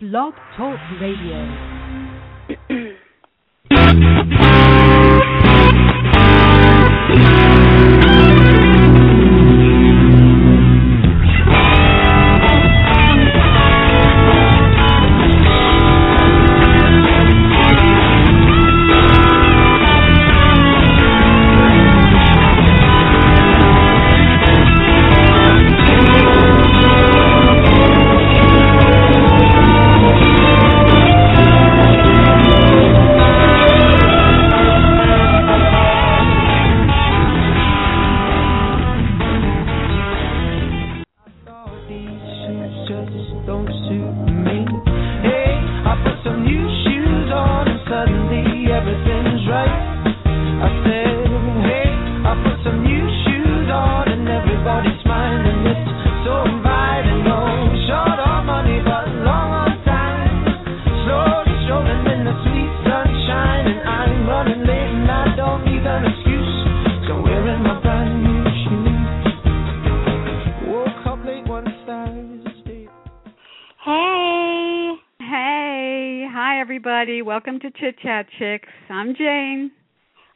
Blog Talk Radio. Hey, Hey, hi everybody. Welcome to Chit Chat Chicks. I'm Jane.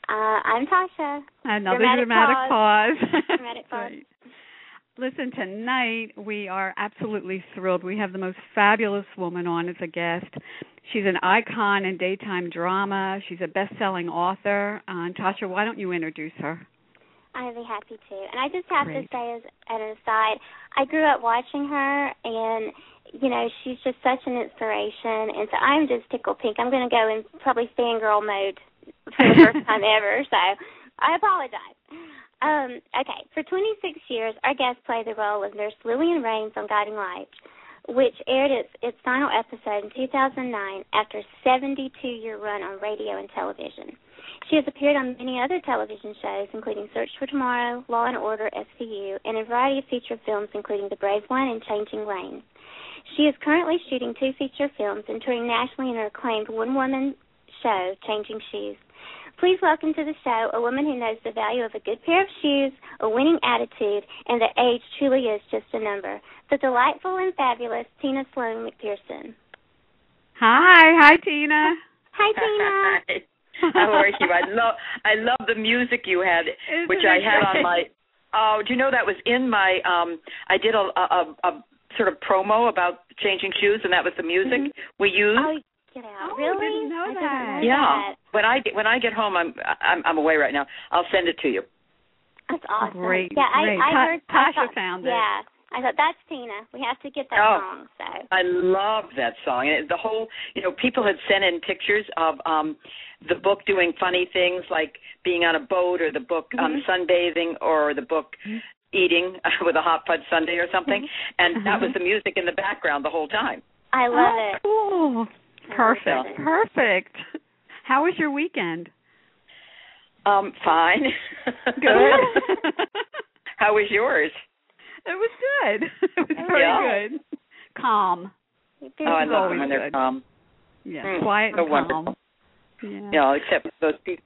Uh, I'm Tasha. Another dramatic, Dramatic pause. Dramatic pause. Right. Listen, tonight we are absolutely thrilled. We have the most fabulous woman on as a guest. She's an icon in daytime drama. She's a best-selling author. Uh, and Tasha, why don't you introduce her? I'd be happy to. And I just have Great. to say, as an aside, I grew up watching her, and you know she's just such an inspiration. And so I'm just tickled pink. I'm going to go in probably fangirl mode for the first time ever. So I apologize. Um, okay, for 26 years, our guest played the role of Nurse Lillian Raines on Guiding Light, which aired its, its final episode in 2009 after a 72-year run on radio and television. She has appeared on many other television shows, including Search for Tomorrow, Law and Order, SVU, and a variety of feature films, including The Brave One and Changing Lane. She is currently shooting two feature films and touring nationally in her acclaimed one-woman show, Changing Shoes. Please welcome to the show a woman who knows the value of a good pair of shoes, a winning attitude, and that age truly is just a number. The delightful and fabulous Tina Sloan McPherson. Hi, hi Tina. Hi, Tina. How are you? I love I love the music you had, Isn't which I it had great? on my. Oh, do you know that was in my? um I did a a, a, a sort of promo about changing shoes, and that was the music Mhm. we used. Oh, get out! Oh, I really? didn't know I didn't that. know yeah. that. When I get when I get home, I'm I'm I'm away right now. I'll send it to you. That's awesome. Great, Yeah, I, great. I Ta- heard Tasha I thought- found it. Yeah, I thought that's Tina. We have to get that Oh. song. So I love that song. And it- the whole, you know, people had sent in pictures of um the book doing funny things like being on a boat or the book um Mm-hmm. Mhm. sunbathing or the book Mhm. eating with a hot fudge sundae or something Mm-hmm. and that was the music in the background the whole time. I love oh, it. Cool. love Perfect. it. Perfect. How was your weekend? Um fine. it How was yours? was good. It was very Yeah. good. Calm. Oh, I is love always them when they're good. calm. Yeah. Mm, Quiet so and calm. wonderful. Yeah. You know, except those pe-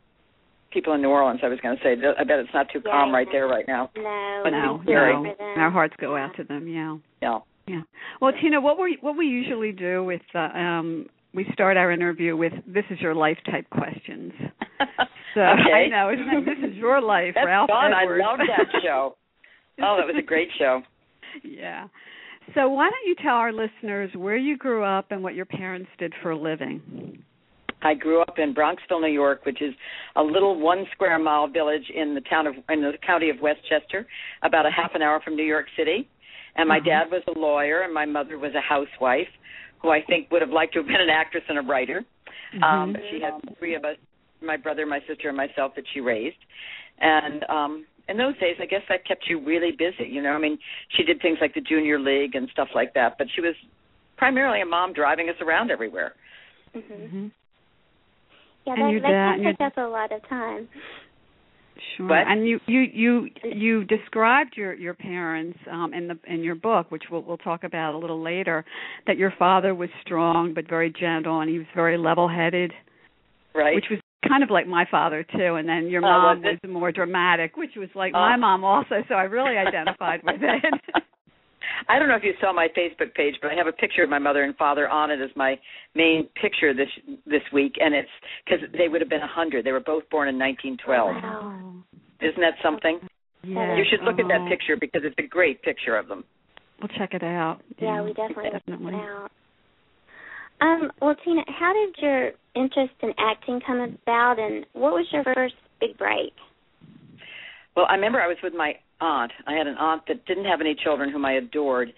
people in New Orleans I was going to say I bet it's not too Yeah, calm yeah. right there right now. no, But No, I'm sorry no. for them. Our hearts go out to them. Yeah. Yeah. Yeah. Well, Tina, what we what we usually do with uh, um we start our interview with this is your life type questions. So okay. I know isn't it? this is your life, That's Ralph. fun. Edwards. I love that show. Oh, that was a great show. yeah. So why don't you tell our listeners where you grew up and what your parents did for a living? I grew up in Bronxville, New York, which is a little one square mile village in the town of in the county of Westchester, about a half an hour from New York City. And my Uh-huh. dad was a lawyer and my mother was a housewife who I think would have liked to have been an actress and a writer. Um Mm-hmm. but she had three of us, my brother, my sister and myself that she raised. And um in those days I guess that kept you really busy, you know. I mean, she did things like the junior league and stuff like that, but she was primarily a mom driving us around everywhere. Mhm. Mm-hmm. Mhm. Yeah, And your that, that dad- can your- take up a lot of time. Sure. What? And you you you you described your your parents um in the in your book, which we'll we'll talk about a little later, that your father was strong but very gentle and he was very level-headed, Right. which was kind of like my father too, and then your Oh, mom was was more dramatic, which was like Oh. my mom also, so I really identified with it. I don't know if you saw my Facebook page, but I have a picture of my mother and father on it as my main picture this this week, and it's because they would have been a hundred. They were both born in Oh, Oh, 1912. Wow. Isn't that something? Yes. You should look at that Oh. picture because it's a great picture of them. We'll check it out. Yeah, we definitely check definitely. it out. Um, well, Tina, how did your interest in acting come about, and what was your first big break? Well, I remember I was with my aunt. I had an aunt that didn't have any children whom I adored.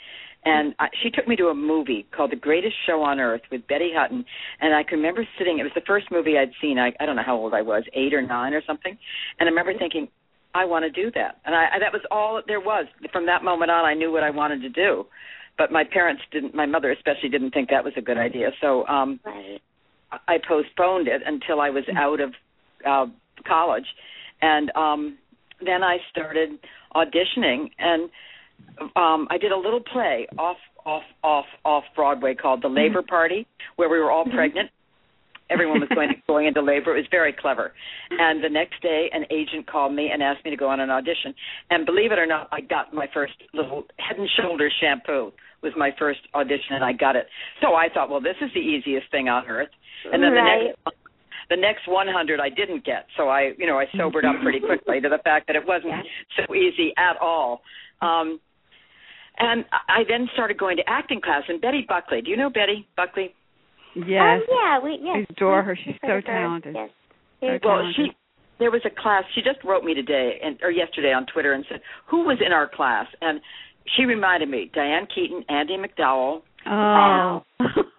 And I, she took me to a movie called The Greatest Show on Earth with Betty Hutton. And I can remember sitting, it was the first movie I'd seen. I, I don't know how old I was, eight or nine or something. And I remember thinking, I want to do that. And I, I, that was all there was. From that moment on, I knew what I wanted to do. But my parents didn't, my mother especially didn't think that was a good idea. So um Right. I postponed it until I was out of uh college and um then I started auditioning and um I did a little play off off off off Broadway called The Labor Party where we were all pregnant everyone was going going into labor it was very clever and the next day an agent called me and asked me to go on an audition and believe it or not I got my first little head and shoulders shampoo was my first audition and I got it so I thought well this is the easiest thing on earth and then right. the next the next 100 I didn't get. So I, you know, I sobered up pretty quickly to the fact that it wasn't so easy at all. Um and I I then started going to acting class and Betty Buckley. Do you know Betty Buckley? Yes. Um, yeah, we yes. I adore her. She's so For the first, talented. Yes. Very well, talented. she there was a class. She just wrote me today and or yesterday on Twitter and said, "Who was in our class?" And she reminded me Diane Keaton, Andy McDowell, Oh.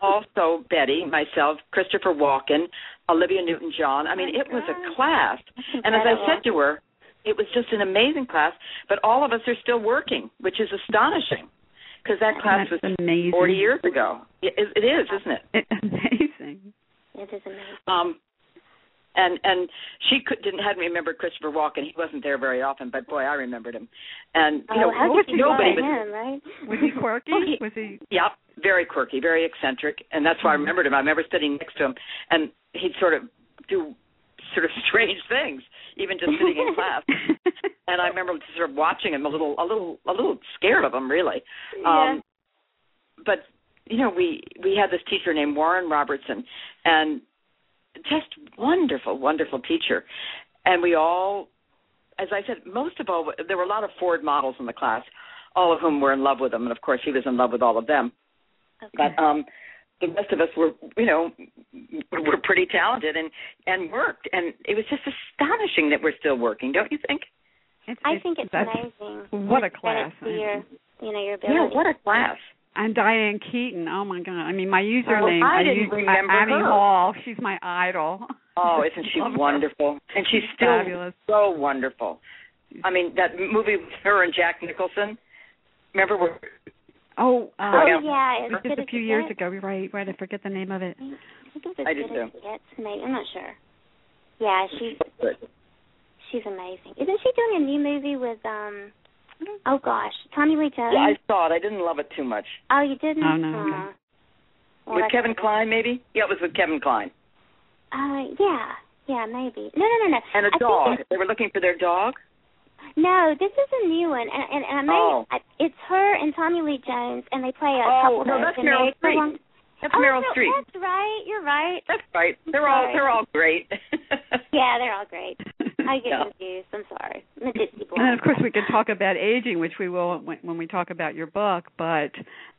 also Betty, myself, Christopher Walken, Olivia Newton John. I mean, Oh my it was God. a class. And as I said to her, it was just an amazing class, but all of us are still working, which is astonishing because that class Oh, That's was amazing. 40 years ago. It, it is, isn't it? amazing. it is amazing. Um, and and she could, didn't hadn't remembered Christopher Walken. He wasn't there very often, but boy, I remembered him. And you know, oh, how what did you was- nobody love was him, right? Was um, he quirky? Okay. Was he? Yep, very quirky, very eccentric, and that's why Mm-hmm. I remembered him. I remember sitting next to him, and he'd sort of do sort of strange things, even just sitting in class. And I remember sort of watching him a little, a little, a little scared of him, really. Um, but you know, we we had this teacher named Warren Robertson, and just wonderful, wonderful teacher. And we all, as I said, most of all, there were a lot of Ford models in the class, all of whom were in love with him, and of course, he was in love with all of them. But um the rest of us were, you know, were pretty talented and and worked, and it was just astonishing that we're still working, don't you think? It's- I think it's that's- amazing. What a class. Credit to your, you know, your ability. Yeah, what a class! And Diane Keaton. Oh my God! I mean, my username. I I didn't use, remember Abby her. Hall. She's my idol. Oh, isn't she Love her. wonderful? And she's still fabulous. so wonderful. I mean, that movie with her and Jack Nicholson. Remember where Oh, uh, Oh Yeah. yeah, it's Just good a as few It years Gets. ago, you're right, right. I forget the name of it. I think it was I as did good as it gets. Maybe I'm not sure. Yeah, she's she's amazing. Isn't she doing a new movie with um? Oh gosh, Tommy Lee Jones. Yeah, I saw it. I didn't love it too much. oh, you didn't. Oh, no, Aw. okay. Well, with that's- Kevin Klein, maybe? Yeah, it was with Kevin Klein. Uh, yeah, yeah, maybe. No, no, no, no. And I a think dog. it's- They were looking for their dog. No, this is a new one, and and, and I may, Oh. I, it's her and Tommy Lee Jones, and they play a Oh, couple no, that's that's been Meryl married for a Streep. long. That's Oh, Meryl no, Streep. That's right. You're right. That's right. They're all Sorry. they're all great. Yeah, they're all great. I get Yeah. confused. I'm sorry. I'm a Disney boy. And then, of course, we could talk about aging, which we will when, when we talk about your book. But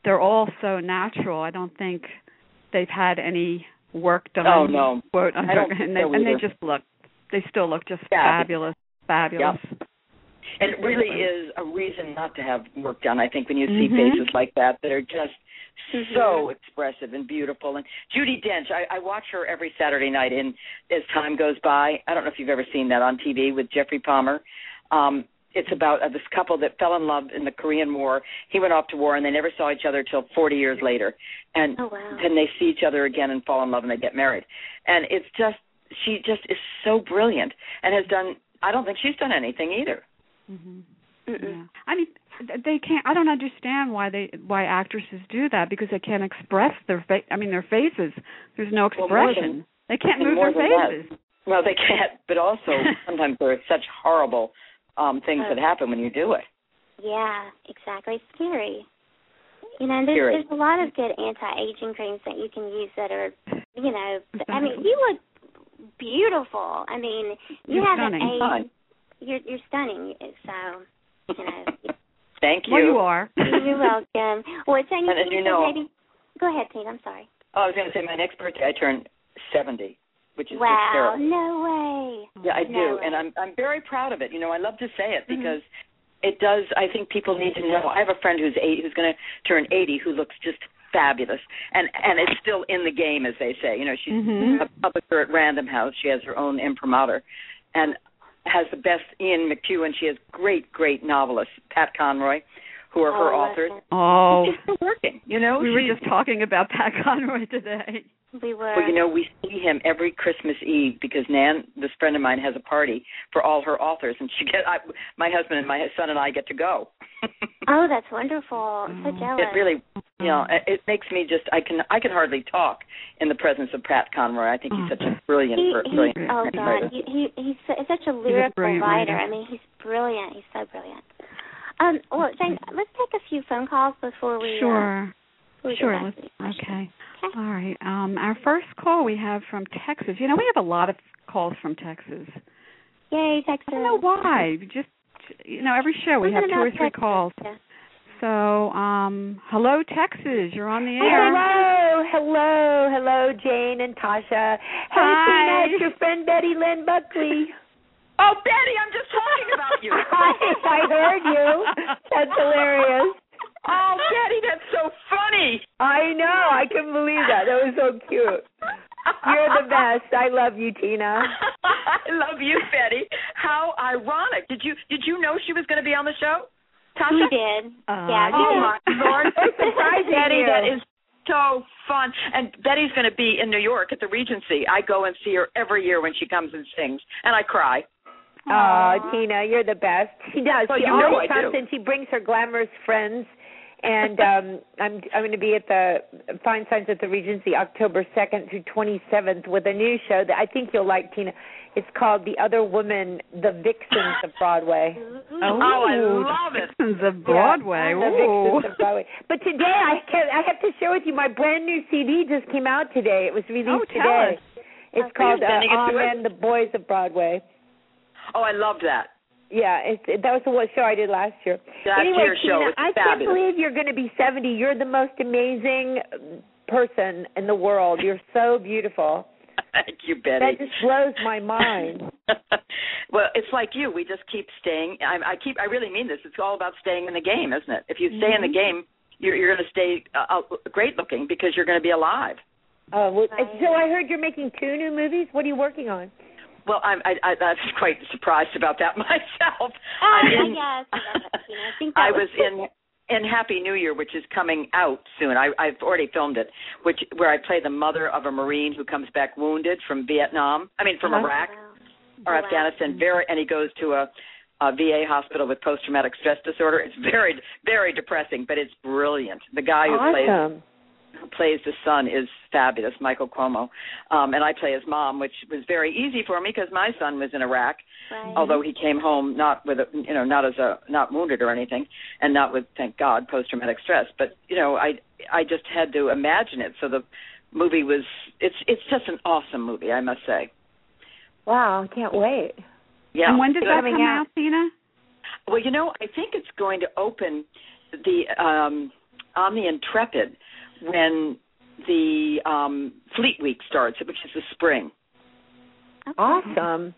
they're all so natural. I don't think they've had any work done. Oh, no. quote I unquote. don't think and they, so and they either. just look. They still look just Fabulous. fabulous, fabulous. And it really is a reason not to have work done, I think, when you see Mm-hmm. Mhm. faces like that that are just so expressive and beautiful. And Judy Dench, I, I watch her every Saturday night in As Time Goes By. I don't know if you've ever seen that on TV with Jeffrey Palmer. Um, it's about uh, this couple that fell in love in the Korean War. He went off to war, and they never saw each other till 40 years later. And Oh wow. then they see each other again and fall in love and they get married. And it's just she just is so brilliant and has done I don't think she's done anything either. hmm Mm-mm. Yeah. I mean, th- they can't. I don't understand why they why actresses do that because they can't express their face. I mean, their faces. There's no Well, more than- expression. they can't and move more their than that. faces. Well, they can't, but also sometimes there are such horrible um things that happen when you do it. Yeah, exactly. It's scary. You know, and there's, Period. there's a lot of good anti-aging creams that you can use that are, you know, I Exactly. mean, you look beautiful. I mean, you You're haven't stunning. aged. You're you're stunning. So you know, Thank you. Well, you are. you're welcome. Well, it's anything And as you know- maybe. Go ahead, Tina. I'm sorry. Oh, I was going to say my next birthday I turn 70, which is wow. just terrible. No way. Yeah, Mm-hmm. I do, No. and I'm I'm very proud of it. You know, I love to say it because it does. I think people need to know. I have a friend who's eight, who's going to turn 80, who looks just fabulous, and and is still in the game, as they say. You know, she's Mhm. Mm-hmm. a publisher at Random House. She has her own imprimatur, and has the best Ian McEwan. She has great, great novelists, Pat Conroy, who are her Oh, authors. listen, Oh, She's still working. You know, we were She's- just talking about Pat Conroy today. We were. Well, you know, we see him every Christmas Eve because Nan, this friend of mine, has a party for all her authors, and she get I, my husband and my son and I get to go. oh, that's wonderful. Mm. I'm so jealous. it really, Um, you know, it- it makes me just I can I can hardly talk in the presence of Pat Conroy. I think he's such a brilliant, He, per- he, brilliant. oh writer. God, he, he he's su- such a lyrical brilliant writer. I mean, he's brilliant. He's so brilliant. Um, well, Jane, let's take a few phone calls before we uh, Mm-hmm. Sure. before we get Sure. back Let's, to these questions. okay. Okay. All right. Um, our first call we have from Texas. You know, we have a lot of calls from Texas. Yay, Texas. I don't know why. We Just you know, every show we have Something two or about three Texas. calls. Yeah. So, um, hello Texas, you're on the air. Oh, Hello, hello, hello, Jane and Tasha. Hey, Hi. Tina, it's your friend Betty Lynn Buckley. Oh, Betty, I'm just talking about you. I, I heard you. That's hilarious. oh, Betty, that's so funny. I know. I couldn't believe that. That was so cute. You're the best. I love you, Tina. I love you, Betty. How ironic. Did you did you know she was going to be on the show? We Tasha? did. Uh, yeah. Oh we my lord. It's surprising Betty, you. that is so fun. And Betty's going to be in New York at the Regency. I go and see her every year when she comes and sings, and I cry. Oh, Tina, you're the best. She does. Well, she you know always I comes do. and she brings her glamorous friends. And um I'm I'm going to be at the Fine Signs at the Regency October 2nd through 27th with a new show that I think you'll like, Tina. It's called The Other Women, The Vixens of Broadway. Oh, I love it. Texans of Broadway. Yeah, The Ooh. Vixens of Broadway. But today I can I have to share with you my brand new CD just came out today. It was released Oh, tell today. us. It's Are you called uh, sending it to us? Amen, The Boys of Broadway. Oh, I love that. Yeah, it, it, that was the one show I did last year. That's anyway, your show. Tina, It's I fabulous. can't believe you're going to be 70. You're the most amazing um, person in the world. You're so beautiful. Thank you, Betty. That just blows my mind. well, it's like you. We just keep staying. I, I keep. I really mean this. It's all about staying in the game, isn't it? If you stay in the Mm-hmm. game, you're, you're going to stay uh, uh, great looking because you're going to be alive. Uh, well, so I heard you're making two new movies. What are you working on? Well, I'm I, I, I was quite surprised about that myself. I'm in- yeah, Oh, I forgot that, you know, I think that I was was- in in Happy New Year, which is coming out soon. I, I've already filmed it, which where I play the mother of a Marine who comes back wounded from Vietnam. I mean, from Uh-huh. Iraq or Wow. Afghanistan. Very, and he goes to a, a VA hospital with post traumatic stress disorder. It's very, very depressing, but it's brilliant. The guy who plays Awesome. who plays the son is fabulous, Michael Cuomo, um, and I play his mom, which was very easy for me because my son was in Iraq, Mm-hmm. Right. although he came home not with a, you know not as a not wounded or anything, and not with thank God post traumatic stress. But you know I I just had to imagine it. So the movie was it's it's just an awesome movie, I must say. Wow, I can't wait. Yeah. And when does You know, that come out, Tina? Well, you know, I think it's going to open the um on the Intrepid when the um Fleet Week starts, which is the spring. Awesome.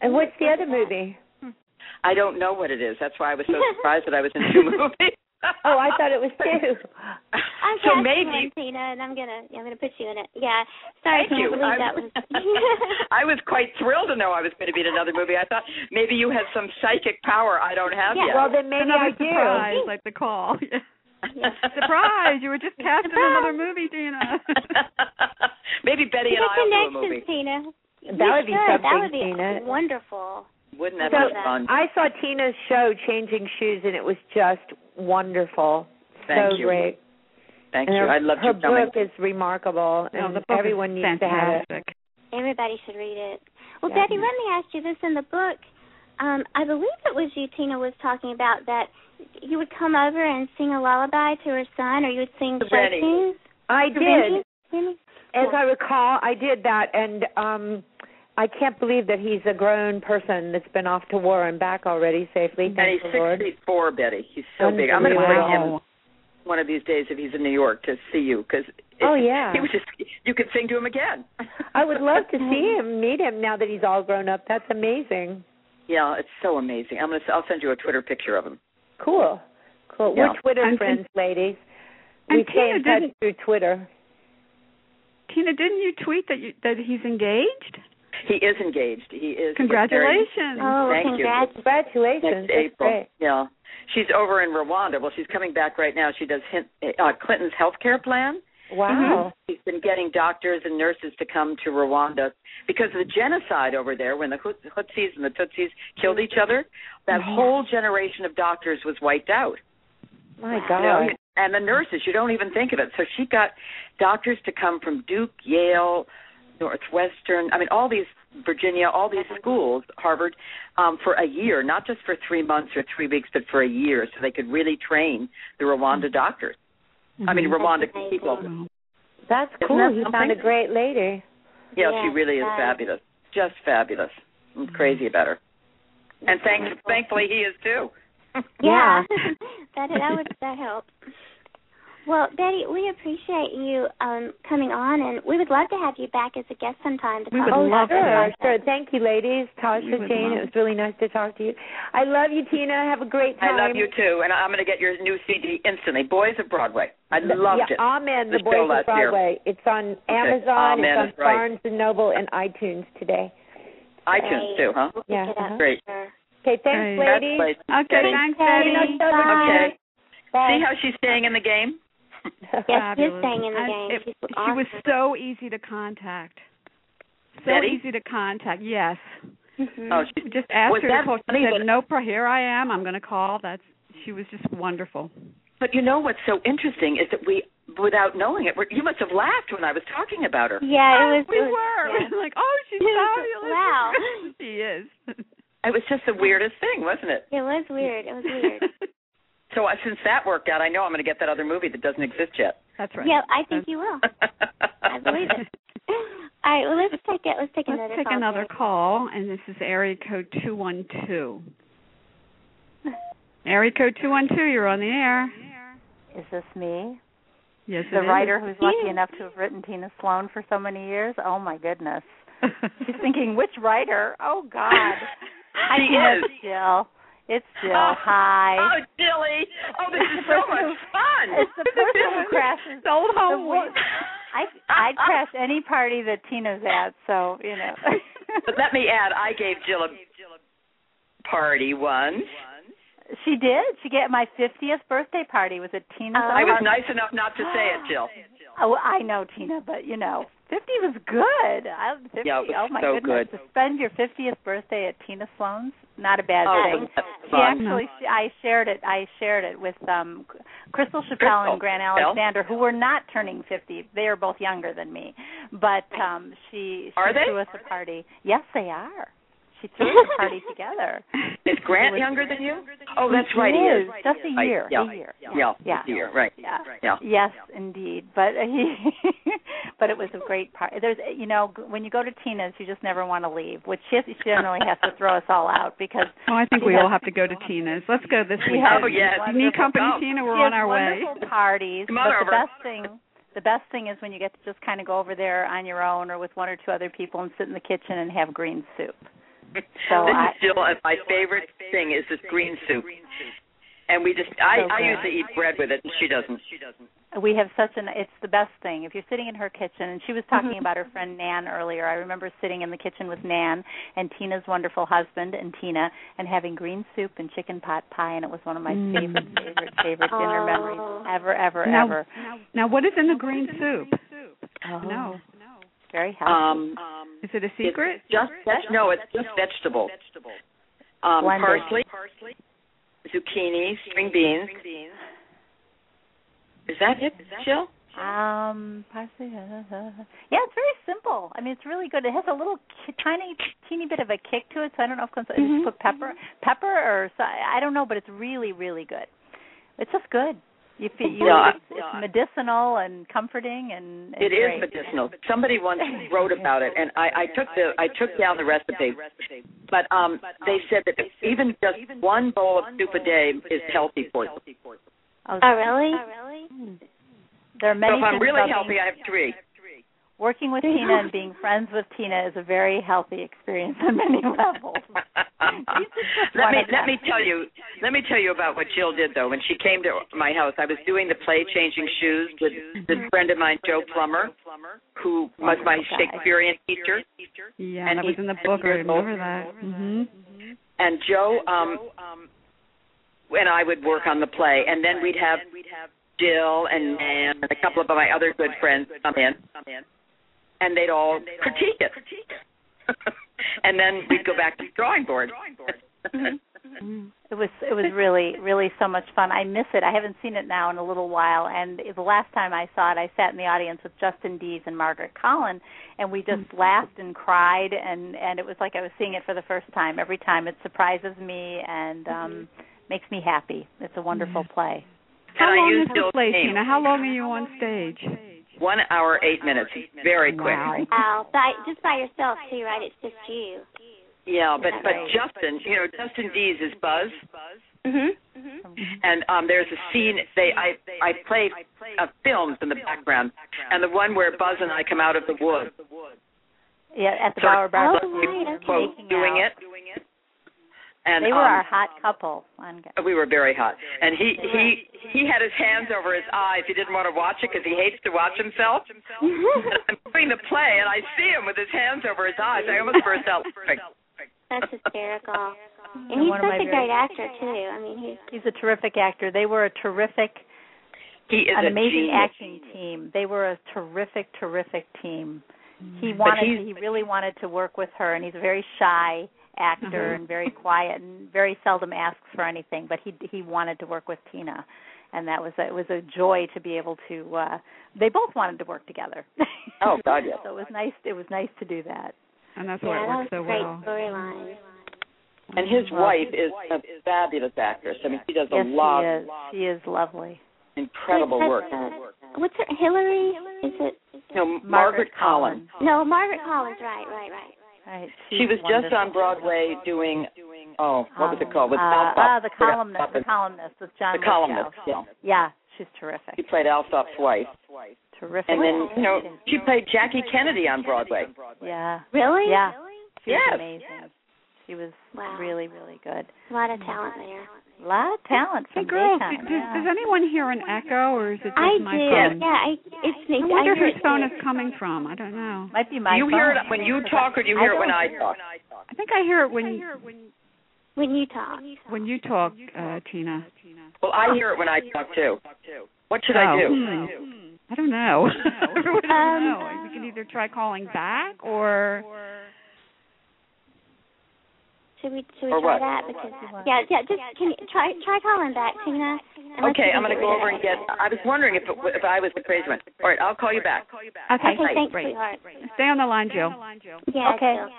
And what's the other movie? I don't know what it is. That's why I was so surprised that I was in two movies. Oh, I thought it was two. I'm so casting one, maybe Tina, and I'm gonna I'm gonna put you in it. Yeah. Sorry, Thank I can't you. believe I, that was. I was quite thrilled to know I was going to be in another movie. I thought maybe you had some psychic power I don't have Yeah. yet. Well, then maybe another I do. surprise, like the call. Yeah. Yeah. surprise! You were just cast in another movie, Tina. maybe Betty Get and I'll do a connections, movie. Tina. That You would be should. something, That would be Tina. wonderful. Wouldn't that be So, fun? I saw Tina's show, Changing Shoes, and it was just wonderful. Thank so you. great. Thank and you. Her, I loved her you coming. book is remarkable, no, and the book everyone is needs to have it. fantastic. Everybody should read it. Well, Yeah. Betty, let me ask you this: in the book, Um, I believe it was you, Tina, was talking about that you would come over and sing a lullaby to her son, or you would sing To show Benny. tunes. I To did. Benny? As I recall, I did that, and um I can't believe that he's a grown person that's been off to war and back already safely. And he's Thank the Lord. six feet four, Betty. He's so big. I'm going to bring him Wow. one of these days if he's in New York to see you because Oh, yeah. he was just you could sing to him again. I would love to see him, meet him now that he's all grown up. That's amazing. Yeah, it's so amazing. I'm gonna I'll send you a Twitter picture of him. Cool. Cool. Yeah. We're Twitter And- and- friends, ladies. and we stay Tina in touch didn't- through Twitter. Tina, didn't you tweet that you, that he's engaged? He is engaged. He is he gets married Congratulations. Oh, Thank you. congrats. Congratulations. Next That's April. great. Yeah, she's over in Rwanda. Well, she's coming back right now. She does hint, uh, Clinton's health care plan. Wow. She's been getting doctors and nurses to come to Rwanda because of the genocide over there when the Hut- Hutsis and the Tutsis killed each other. That whole generation of doctors was wiped out. My You know, God. and the nurses, you don't even think of it. So she got doctors to come from Duke, Yale, Northwestern, I mean, all these, Virginia, all these schools, Harvard, um, for a year, not just for three months or three weeks, but for a year so they could really train the Rwanda doctors. I mean, Rwanda people. Wow. That's Isn't cool. that he found a something? great lady. Yeah, she Yes, really is uh, fabulous. Just fabulous. I'm crazy about her. Mm-hmm. And thanks, thankfully, he is too. Yeah. Yeah. that that would that help. Well, Betty, we appreciate you um coming on and we would love to have you back as a guest sometime to We talk would about love something Oh, Sure, like sure. that. Thank you, ladies. We Tasha, would Jane, love it was really nice to talk to you. I love you, Tina. Have a great I time. love you too, and I'm going to get your new CD instantly. Boys of Broadway. I The- loved yeah, it. Amen. The, The show Boys of last year. Broadway. It's on Amazon. Amen it's is on right. Barnes and Noble and iTunes today. iTunes too, huh? We'll Yeah, pick it uh-huh. up. Great. Sure. Okay, thanks, Great. ladies. Congratulations, Okay, Betty. thanks, Betty, Betty. Bye. Okay. See Bye. how she's staying in the game? Yes, Fabulous. she is staying in the And game. it- She's She was awesome. so easy to contact. So Betty? easy to contact. Yes. Mhm. Oh, she, We just asked Was her to that call. She funny said, that- "Nope, here I am. I'm going to call." That's she was just wonderful. but you know what's so interesting is that we, without knowing it, we're- you must have laughed when I was talking about her. Yeah, Oh, it was we it was, were yeah. like, "Oh, she's It was- fabulous." wow. she is. It was just the weirdest thing, wasn't it? It was weird. It was weird. So uh, since that worked out, I know I'm going to get that other movie that doesn't exist yet. That's right. Yeah, I think you will. I believe it. All right, well let's take it let's take Let's another take call. another call, and this is area code two one two. Area code two one two. You're on the air. Is this me? Yes, the it is. writer who's lucky Yeah. enough to have written Tina Sloan for so many years? Oh my goodness. She's She's thinking, which writer? Oh God. I She can't- is. Jill. It's Jill. Oh. Hi. Oh, Dilly! Oh, this is so much fun. It's the person who crashes. the old The home wo- I I'd crash any party that Tina's at, so you know. But let me add, I gave Jill a party once. Uh-huh. she did. She gave my fiftieth birthday party was at Tina's. Oh. I was apartment. nice enough not to say it, Jill. Oh, I know, Tina, but you know, fifty was good. I, 50, Yeah, it was oh my so goodness, good. to spend your fiftieth birthday at Tina Sloan's, not a bad Oh, thing. that's She fun. actually, she, I shared it. I shared it with um Crystal Crystal Chappelle and Grant Chappelle. Alexander, who were not turning fifty. They are both younger than me, but um she, she Are they? threw us a party. Yes, they are. She threw us a party together. Is Grant younger than you? Oh, that's right. He is. Just a Right, year. yeah, A year. Yeah, Yeah. yeah, right. Yeah. Yeah. Yes, indeed. But he, but it was a great part. There's, you know, g- when you go to Tina's, you just never want to leave. Which she, she generally has to throw us all out because Oh, I think we all have to go to Tina's. Let's go this We weekend. have- Oh, yes. You need company, Wonderful. Tina. We're she on has our way. wonderful parties. Come on but over. the best thing, the best thing is when you get to just kind of go over there on your own or with one or two other people and sit in the kitchen and have green soup. So this I- is Jill, and my favorite thing is this green soup. And we just, I, So I good. usually eat bread with it, and she doesn't. we have such an it's the best thing if you're sitting in her kitchen and she was talking Mm-hmm. about her friend nan earlier i remember sitting in the kitchen with nan and tina's wonderful husband and tina and having green soup and chicken pot pie and it was one of my favorite favorite favorite dinner memories ever ever Mm. Oh. Now- ever Now, what is in the green soup? oh, No. very healthy Um, Is it a secret? It's just veg- no, it's just vegetables. Um, Blended. parsley, zucchini, string beans. Is that it, Jill? Ah, Um, parsley. yeah, it's very simple. I mean, it's really good. It has a little ki- tiny, teeny bit of a kick to it. So I don't know if cons- Mhm. Mm-hmm, just put pepper, pepper, or so, I don't know, but it's really, really good. It's just good. You feel you, Yeah, it's, it's medicinal and comforting, and, and It great. is medicinal. Somebody once wrote about it, and I, I took the I took down the recipe. But um, they said that even just one bowl of soup a day is healthy for you. Oh, Mm. Oh, really? There are So many if I'm things really about healthy, I have three. working with Tina and being friends with Tina is a very healthy experience on many levels. let me let me tell you let me tell you about what Jill did though. When she came to my house, I was doing the play changing shoes with this friend of mine, Joe Plummer, who was my Wonderful guy. Shakespearean teacher. Yeah, And that was he- in the and book. I he was remember that. hmm And Joe um and I would work on the play and then we'd have Jill and Nan and a couple of my other good friends come in and they'd all critique it. and then we'd go back to the drawing board. Mm-hmm. It was it was really really so much fun. I miss it. I haven't seen it now in a little while. And the last time I saw it, I sat in the audience with Justin Dees and Margaret Collin, and we just Mm-hmm. laughed and cried, and and it was like I was seeing it for the first time. Every time it surprises me and Mm-hmm. um makes me happy. It's a wonderful play. How and I long used is the Jill's play, name. Tina? How long are you on stage? One hour, eight minutes. It's very quick. Wow. Wow, by, just by yourself too, right? It's just you. Yeah, but but Right. Justin, you know, Justin Dees is Buzz, Mhm. and um, there's a scene. They I I played uh, films in the background, and the one where Buzz and I come out of the woods. Yeah, at the Bauer Sort of Bar. Oh, we right, were okay. quote making doing out. it, and they were our um, hot couple. On we were very hot. And he he he had his hands over his eyes. He didn't want to watch it because he hates to watch himself. And I'm doing the play, and I see him with his hands over his eyes. I almost burst out laughing. That's hysterical. And And he's one of such my a very- great actor too. I mean, he's He's a terrific actor. They were a terrific, He is an a amazing genius. acting team. They were a terrific, terrific team. He Mm-hmm. But wanted, he's- he really wanted to work with her, and he's a very shy actor Mhm. Mm-hmm. and very quiet and very seldom asks for anything. But he he wanted to work with Tina, and that was it was a joy to be able to. uh They both wanted to work together. Oh, God, yes. so it was nice. It was nice to do that. And that's why yeah, it that was worked so a great well. storyline. And his wife is a fabulous actress. I mean, she does a yes, lot she of is. She is lovely. incredible Wait, work. that's, uh, What's her Hillary? Is it? You know, Margaret Collins. No, Margaret Collins. Right, right, right. Right. She was just on Broadway doing, oh, what was it called? With uh, Alsop. uh, the Forgot columnist, about the the- columnist with John. The columnist, yeah. Yeah, she's She terrific. played Alsop's wife. Terrific. And then, you know, she played Jackie Kennedy on Broadway. yeah, Really? Yeah. she was Yes. amazing. She was Wow. really, really good. Mm-hmm. A lot of talent there. A lot of talent Hey, from girls, daytime. does, yeah. does anyone hear an echo, or is it just I my do. phone? Yeah, I, it's me. I wonder hear whose it phone too. is coming from. I don't know. Might be Do my you hear phone. it when you talk or do you hear it when I talk? I think I hear it when when you talk. when you talk, uh, Tina. Well, I hear it when I talk too. What should I Oh. do? Hmm. I don't know. Um, I don't know. We can either try calling back or Should we should we Or try what? that? Because yeah, yeah. Just can you try try calling back, Tina? and let's see Okay, if I'm we going can to go rid over of and it. get. I was wondering if it, if I was the crazy one. All right, I'll call you back. okay, Okay, thanks, great. sweetheart. Stay on the line, Jill. Yeah. Okay. Jill.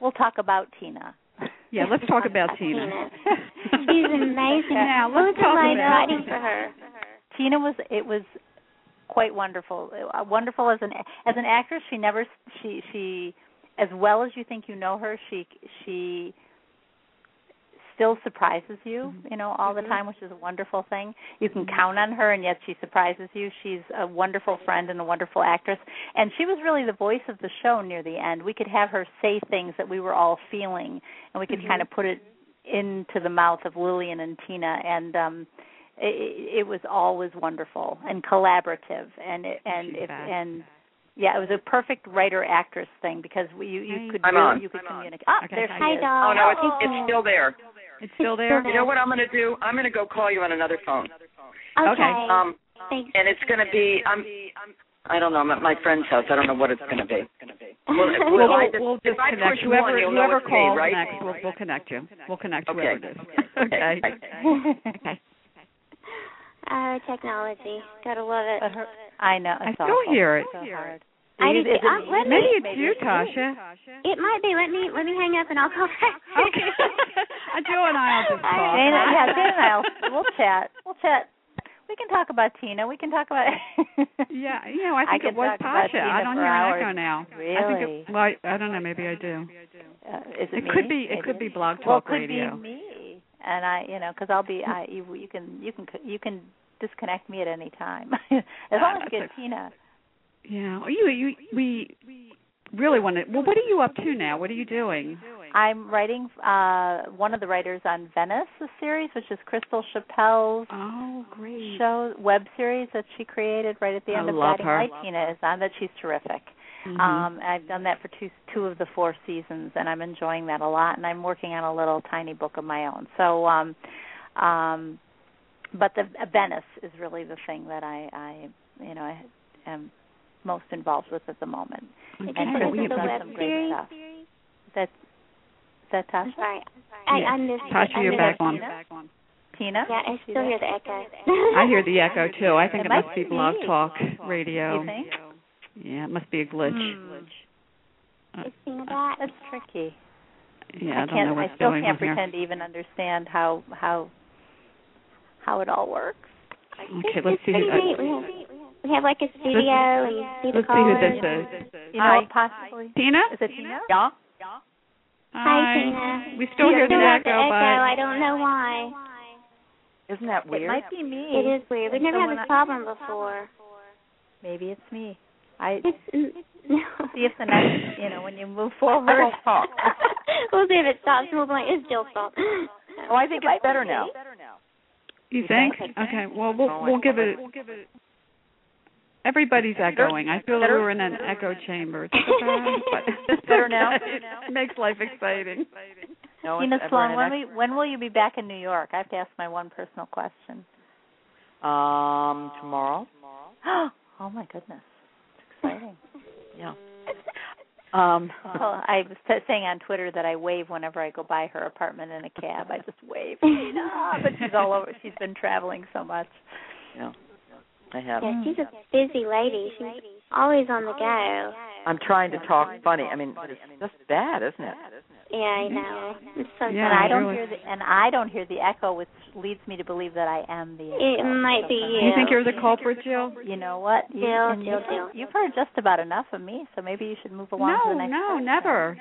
We'll talk about Tina. Yeah, let's talk about Tina. She's amazing. Now, what let's was it talk like about- writing for her? Tina was it was quite wonderful. Uh, Wonderful as an as an actress, she never she she as well as you think you know her, she she still surprises you, you know, all the time, which is a wonderful thing. You can count on her and yet she surprises you. She's a wonderful friend and a wonderful actress. And she was really the voice of the show near the end. We could have her say things that we were all feeling and we could kind of put it into the mouth of Lillian and Tina and um it, it was always wonderful and collaborative and it, and She's if back. and yeah, it was a perfect writer actress thing because we, you Hey. you could I'm really, on. you could communicate. Ah, Okay, there hi, she Hi, is. doll. Oh no, it's it's still there. It's still there. You know what I'm going to do? I'm going to go call you on another phone. Okay. Okay. Um, Thanks. and it's going to be I'm I don't know. I'm at my friend's house. I don't know what it's going to be. Well, if- We'll, well, I we'll, just- we'll if just I connect push whoever one, you'll know whoever it's me, calls right? next. We'll, we'll connect you. We'll connect Okay. whoever it is. Okay. okay. Bye. Our Uh, technology. Gotta love it. But her I know. I It's still awful. hear It's it. so hard. I Is do it too. Uh, let me? Maybe it's Maybe you, it's Tasha. It might be. Let me let me hang up and I'll call back. Okay. I do and I'll just I- talk. Dana, yeah, Dana and I'll, we'll chat. We'll chat. We can talk about Tina. We can talk about. Yeah, you know, I I think could it was talk about Tasha. I Tina don't for hear an hours. echo now. Really? I think it, well, I, I don't know. Maybe I do. Uh, is it, It me? could be- it Maybe. could be Blog well, it Talk could Radio. Be me. And I, you know, because I'll be, I, you, you can, you can, you can disconnect me at any time, as long as you get that's Tina. Yeah. You, you, we really want to. Well, what are you up to now? What are you doing? I'm writing uh one of the writers on Venice, the series, which is Crystal Chappelle's Oh, great. show web series that she created right at the I end of love Guiding her. Light. Tina is on that. She's terrific. Mm-hmm. Mhm. Um, I've done that for two two of the four seasons, and I'm enjoying that a lot. And I'm working on a little tiny book of my own. So, um, um, but the uh, Venice is really the thing that I, I you know, I am most involved with at the moment. Okay. And This Well, yeah, is Kristen a does well, web some great series. stuff. That that I'm Tasha, sorry. I, Yeah. I missed it. Tasha, I you're back missed it. on. Tina. Yeah, I Is she still there? hear the echo. I hear the echo too. I think It it must must be be Blog me. Talk You Radio. think? Yeah, it must be a glitch. Hmm. Is Tina back? That's tricky. Yeah, I don't can't, know what's Hmm. I still going can't on here. pretend to even understand how how how it all works. Okay, let's It's see. pretty Who, neat. We have, we have like a studio and you see the let's see who callers. this is. You know, possibly. Tina? Is it Tina? Hi, Hi. Tina. We still hear the Still have echo, I but don't know why. Isn't that It weird? might be me. It is weird. We've never Someone had else- this problem before. Maybe it's me. I It's, n- no. see if the next, you know, when you move forward. we'll see if it stops. We'll be like, it's Jill's fault. Oh, I think it's better now. you think? Okay. Well, we'll we'll give it. Everybody's echoing. I feel that we're in an echo chamber. It's so bad, but- It's better now? It makes life exciting. No, Tina it's Sloan, everyone when in we when will you be back in New York? I have to ask my one personal question. ex- um tomorrow. oh my goodness, it's exciting. Yeah. Um Well, I was t- saying on Twitter that I wave whenever I go by her apartment in a cab. I just wave. Tina, but she's all over. She's been traveling so much. yeah. I have. Yeah, she's a busy lady. She's always on the go. I'm trying to talk funny. I mean, it's just bad, isn't it? Yeah, I know. It's so Yeah, and I don't really. hear the and I don't hear the echo, which leads me to believe that I am the. It echo. might be So, You you. think you're the culprit, Jill? You know what? You, Jill, and Jill, you, Jill. You've heard just about enough of me, so maybe you should move along No, to the next. no, person. never.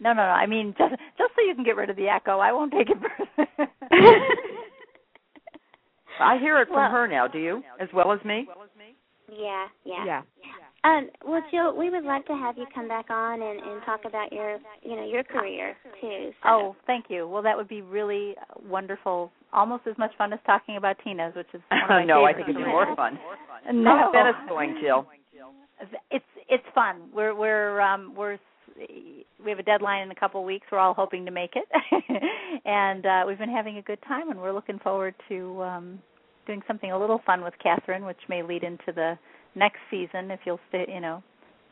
No, no, no. I mean, just just so you can get rid of the echo. I won't take it. personally. I hear it from Well- her now, do you? As well as me? Yeah, yeah. Yeah. Um, well, Jill, we would love to have you come back on and, and talk about your, you know, your career too. So. Oh, thank you. Well, that would be really wonderful. Almost as much fun as talking about Tina's, which is one of my no, I favorites think it'd be to more read. fun. No, How's Venice going, Jill? it's it's fun. We're we're um we're we have a deadline in a couple of weeks. We're all hoping to make it, and uh, we've been having a good time, and we're looking forward to um, doing something a little fun with Catherine, which may lead into the next season if you'll stay. You know,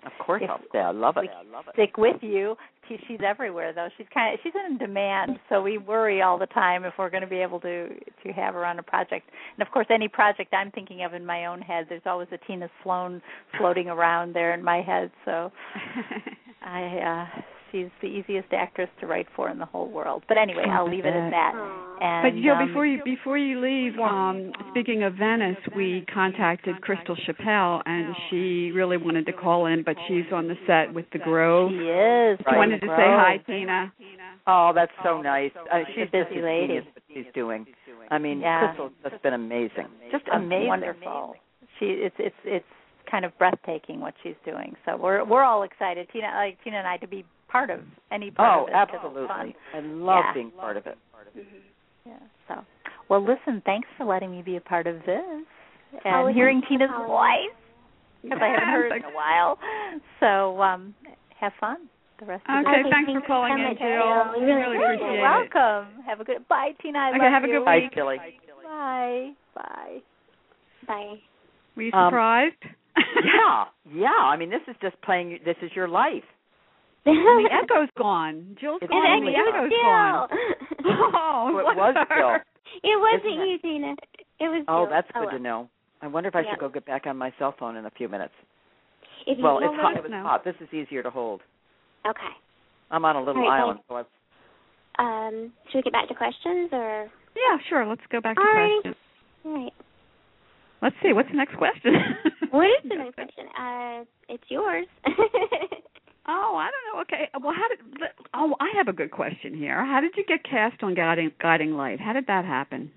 Of course If- I'll stay. I love it. stick with you. She, she's everywhere though. She's kind of she's in demand, so we worry all the time if we're going to be able to to have her on a project. And of course, any project I'm thinking of in my own head, there's always a Tina Sloan floating around there in my head. So I uh she's the easiest actress to write for in the whole world. But anyway, Oh, I'll I leave it bet. at that. Aw. And But Jill, um, before you before you leave, um, speaking of Venice, we contacted Crystal Chappelle, and she really wanted to call in, but she's on the set with the Grove. she is Right. Wanted to say hi, Tina. Oh, that's so nice. Uh, she's busy just a lady. genius what she's doing. I mean, Yeah. Crystal's just been amazing. Just Um, amazing. wonderful. She it's it's it's kind of breathtaking what she's doing. So we're we're all excited. Tina like Tina and I to be part of any part Oh, of it. 'cause it's fun. absolutely. I love Yeah. Mm-hmm. being part of it. Yeah. So well listen, thanks for letting me be a part of this. And Always uh, hearing thanks for Tina's calling. voice because I haven't heard it in a while. So um have fun the rest of Okay, Okay, thanks for thanks calling so in, much, Jill. Jill. We We really really the appreciate You're it. welcome. Have a good bye Tina. I Okay, love have a you. good Hi, week. Jilly. Bye. Bye. Bye. Were you Um, surprised? Yeah, yeah. I mean, this is just playing. This is your life. the echo's gone. Jill's It's gone. and echoing. The It echo's gone. Jill. Oh, Oh, it was her. Jill. it wasn't Isn't it? you, Tina. It was Oh, Jill. that's oh, good well. to know. I wonder if I Yeah. should go get back on my cell phone in a few minutes. If you Well, know it's let hot. It us was know. hot. This is easier to hold. okay. I'm on a little All right, island, so I've Um, should we get back to questions or? Yeah, sure. Let's go back to All right. questions. All right. Let's see. What's the next question? What is the next question? Uh, it's yours. Oh, I don't know. Okay. Well, how did? le- Oh, I have a good question here. How did you get cast on Guiding Guiding Light? How did that happen?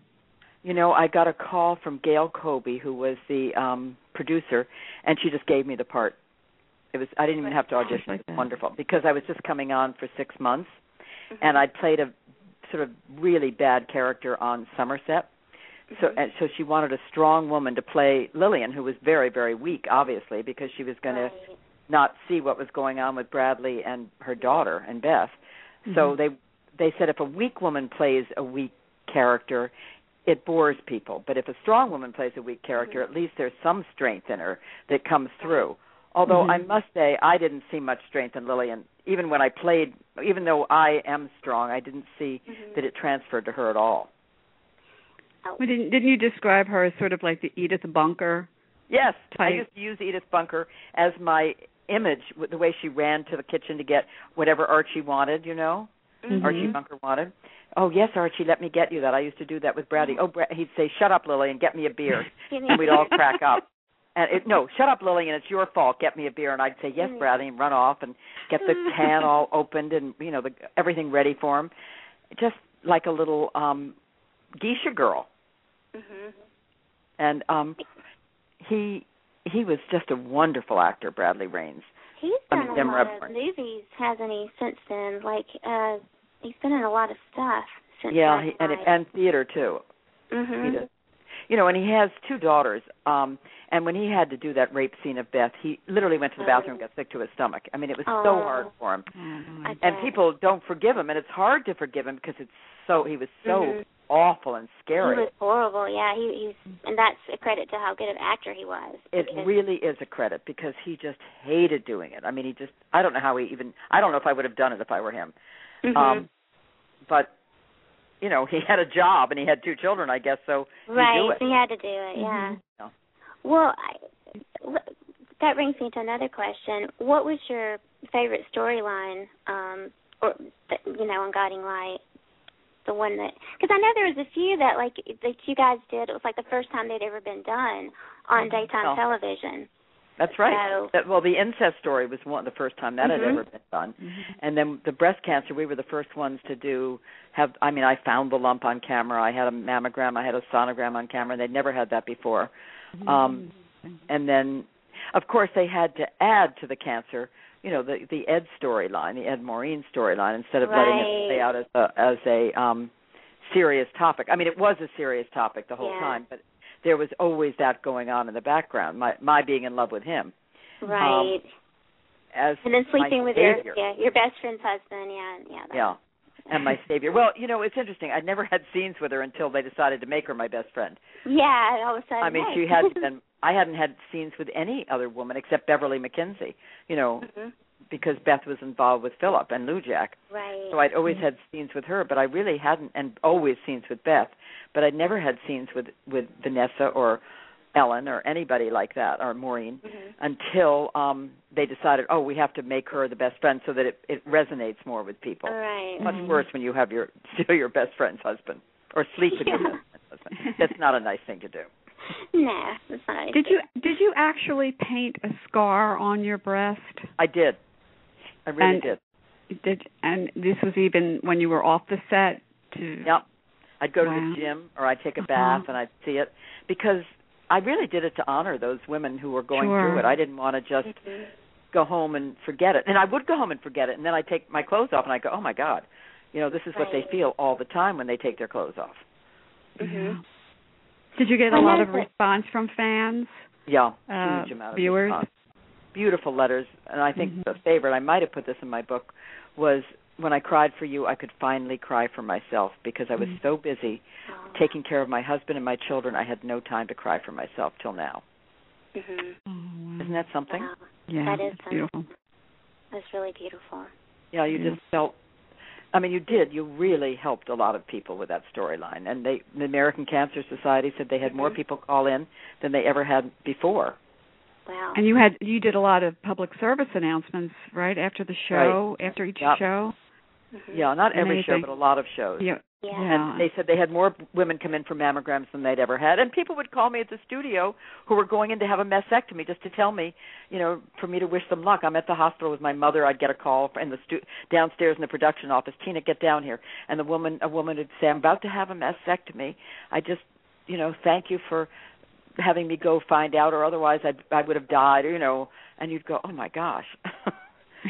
you know, I got a call from Gail Kobe, who was the um producer, and she just gave me the part. It was I didn't even have to Always audition. like it that. was wonderful because I was just coming on for six months, and I played a sort of really bad character on Somerset. So and so she wanted a strong woman to play Lillian, who was very very weak, obviously, because she was going to Right. not see what was going on with Bradley and her daughter and Beth. So they they said if a weak woman plays a weak character, it bores people. But if a strong woman plays a weak character, at least there's some strength in her that comes through. Although I Mhm. must say I didn't see much strength in Lillian. Even when I played, even though I am strong, I didn't see that it transferred to her at all. Oh. Well, didn't didn't you describe her as sort of like the Edith Bunker? Yes, I Tight. used to use Edith Bunker as my image with the way she ran to the kitchen to get whatever Archie wanted, you know. Archie Mhm. Bunker wanted. Oh yes, Archie, let me get you that. I used to do that with Bradley. Oh, Brad, he'd say, "Shut up, Lily, and get me a beer," Give me and we'd all crack up. And it, no, shut up, Lily, and it's your fault. Get me a beer, and I'd say, "Yes, Bradley," and run off and get the can all opened and you know the, everything ready for him, just like a little um geisha girl. Mhm. And um he he was just a wonderful actor, Bradley Raines. He's I done mean, a Jim lot Rutherford. of movies, hasn't he? Since then, like uh, he's been in a lot of stuff since. Yeah, Dark he, and Knight. and theater too. Mhm. He does. You know, and he has two daughters. Um, and when he had to do that rape scene of Beth, he literally went to the bathroom and got sick to his stomach. I mean, it was so Oh. hard for him. I Mm-hmm. And bet. people don't forgive him, and it's hard to forgive him because it's so he was so Mhm. awful and scary. He was horrible. Yeah, he he's and that's a credit to how good of actor he was. it because- really is a credit because he just hated doing it. I mean, he just I don't know how he even I don't know if I would have done it if I were him. Mhm. Um, but you know, he had a job and he had two children, I guess. So right, do it. Mm-hmm. so he had to do it. Yeah. Yeah. Well, I, l- that brings me to another question. What was your favorite storyline, um, or th- you know, on Guiding Light? The one that, because I know there was a few that like that you guys did. It was like the first time they'd ever been done on daytime Oh. television. that's right. So- That, well, the incest story was one the first time that Mhm. had ever been done. And then the breast cancer, we were the first ones to do have I mean, I found the lump on camera. I had a mammogram, I had a sonogram on camera. They'd never had that before. Um Mm-hmm. and then of course they had to add to the cancer, you know, the the Ed storyline, the Ed Maureen storyline instead of letting it Right. play out as a as a um serious topic. I mean, it was a serious topic the whole Yeah. time, but there was always that going on in the background, my my being in love with him. Right. As and then Um, my sleeping with your savior. yeah, your best friend's husband. Yeah, yeah. that- Yeah. And my savior. Well, you know, it's interesting. I never had scenes with her until they decided to make her my best friend. Yeah, and all of a sudden. I mean, hey. she hadn't been I hadn't had scenes with any other woman except Beverly McKenzie, you know, Mhm. because Beth was involved with Philip and Lou Jack. Right. So I'd always Mm-hmm. had scenes with her, but I really hadn't and always scenes with Beth, but I'd never had scenes with with Vanessa or Ellen or anybody like that or Maureen Mhm. until um they decided, "Oh, we have to make her the best friend so that it it resonates more with people." Right. Mm-hmm. much worse when you have your steal your best friend's husband or sleep with your Yeah. best friend's husband. That's not a nice thing to do. No, it's not. Did you did you actually paint a scar on your breast? I did. I really And- did. Did and this was even when you were off the set to Yep. I'd go to Wow. the gym or I'd take a Uh-huh. bath and I'd see it because I really did it to honor those women who were going Sure. through it. I didn't want to just go home and forget it. And I would go home and forget it and then I'd take my clothes off and I'd go, Oh my God. You know, this is what they Right. feel all the time when they take their clothes off. Mm-hmm. Mhm. Did you get a I lot of noticed it. response from fans? Yeah, Uh, huge amount of viewers? response. Beautiful letters, and I think Mhm. the favorite I might have put this in my book was when I cried for you, I could finally cry for myself because I was Mhm. so busy Oh. taking care of my husband and my children, I had no time to cry for myself till now. Mhm. Oh, wow. Isn't that something? Wow. Mm-hmm. yeah, that is that's something. beautiful. That's really beautiful. Mm-hmm. Yeah, you just felt I mean, you did. You really helped a lot of people with that storyline, and they, the American Cancer Society said they had more people call in than they ever had before. Wow. And you had you did a lot of public service announcements right after the show, after each Yep. show. Mm-hmm. Mhm. Yeah, not every show, Amazing. but a lot of shows. Yeah. And they said they had more women come in for mammograms than they'd ever had, and people would call me at the studio who were going in to have a mastectomy just to tell me, you know, for me to wish them luck. I'm at the hospital with my mother. I'd get a call in the stu- downstairs in the production office. Tina, get down here. And the woman, a woman would say, I'm about to have a mastectomy. I just, you know, thank you for having me go find out, or otherwise I'd, I would have died, or you know. And you'd go, oh my gosh.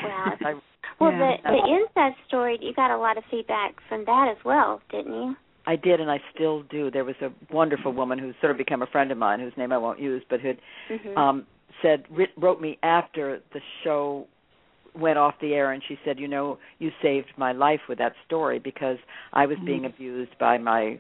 Wow. I Well, Yeah. the the incest story, you got a lot of feedback from that as well, didn't you? I did, and I still do. There was a wonderful woman who sort of became a friend of mine, whose name I won't use, but who Mhm. um, said writ, wrote me after the show went off the air, and she said, "You know, you saved my life with that story because I was being abused by my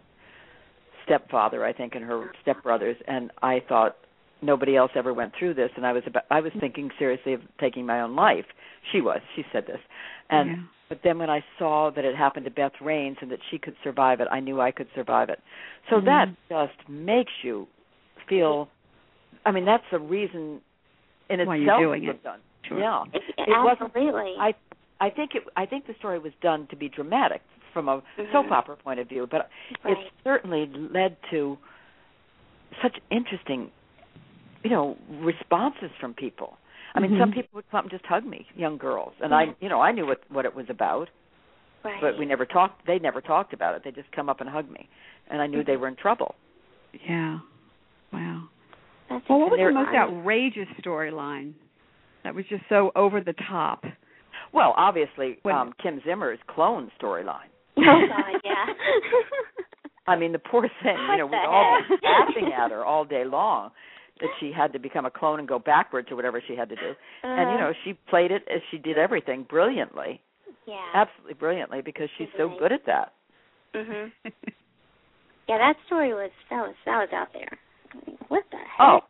stepfather, I think, and her stepbrothers, and I thought nobody else ever went through this, and I was about, I was thinking seriously of taking my own life. She was. She said this, and." yeah. But then when I saw that it happened to Beth Raines and that she could survive it, I knew I could survive it. So Mhm. that just makes you feel. I mean, that's the reason in Why itself you're doing was it. done. Sure. Yeah, wasn't- Absolutely. I I think it. I think the story was done to be dramatic from a Mhm. soap opera point of view, but Right. it certainly led to such interesting, you know, responses from people. I mean, some Mhm. people would come up and just hug me, young girls, and I, you know, I knew what what it was about right. but we never talked they never talked about it they just come up and hug me and i knew they were in trouble Yeah. Wow. That's Well, what was the exactly most right. outrageous storyline that was just so over the top? well obviously When- um kim zimmer's clone storyline Oh God, yeah. i mean the poor thing you know What we the all heck? laughing at her all day long that she had to become a clone and go backwards or whatever she had to do and Uh-huh. you know Uh, she played it as she did everything brilliantly yeah. absolutely brilliantly because she's so Right. good at that Mhm. Yeah, that story was that was that was out there. What the heck? oh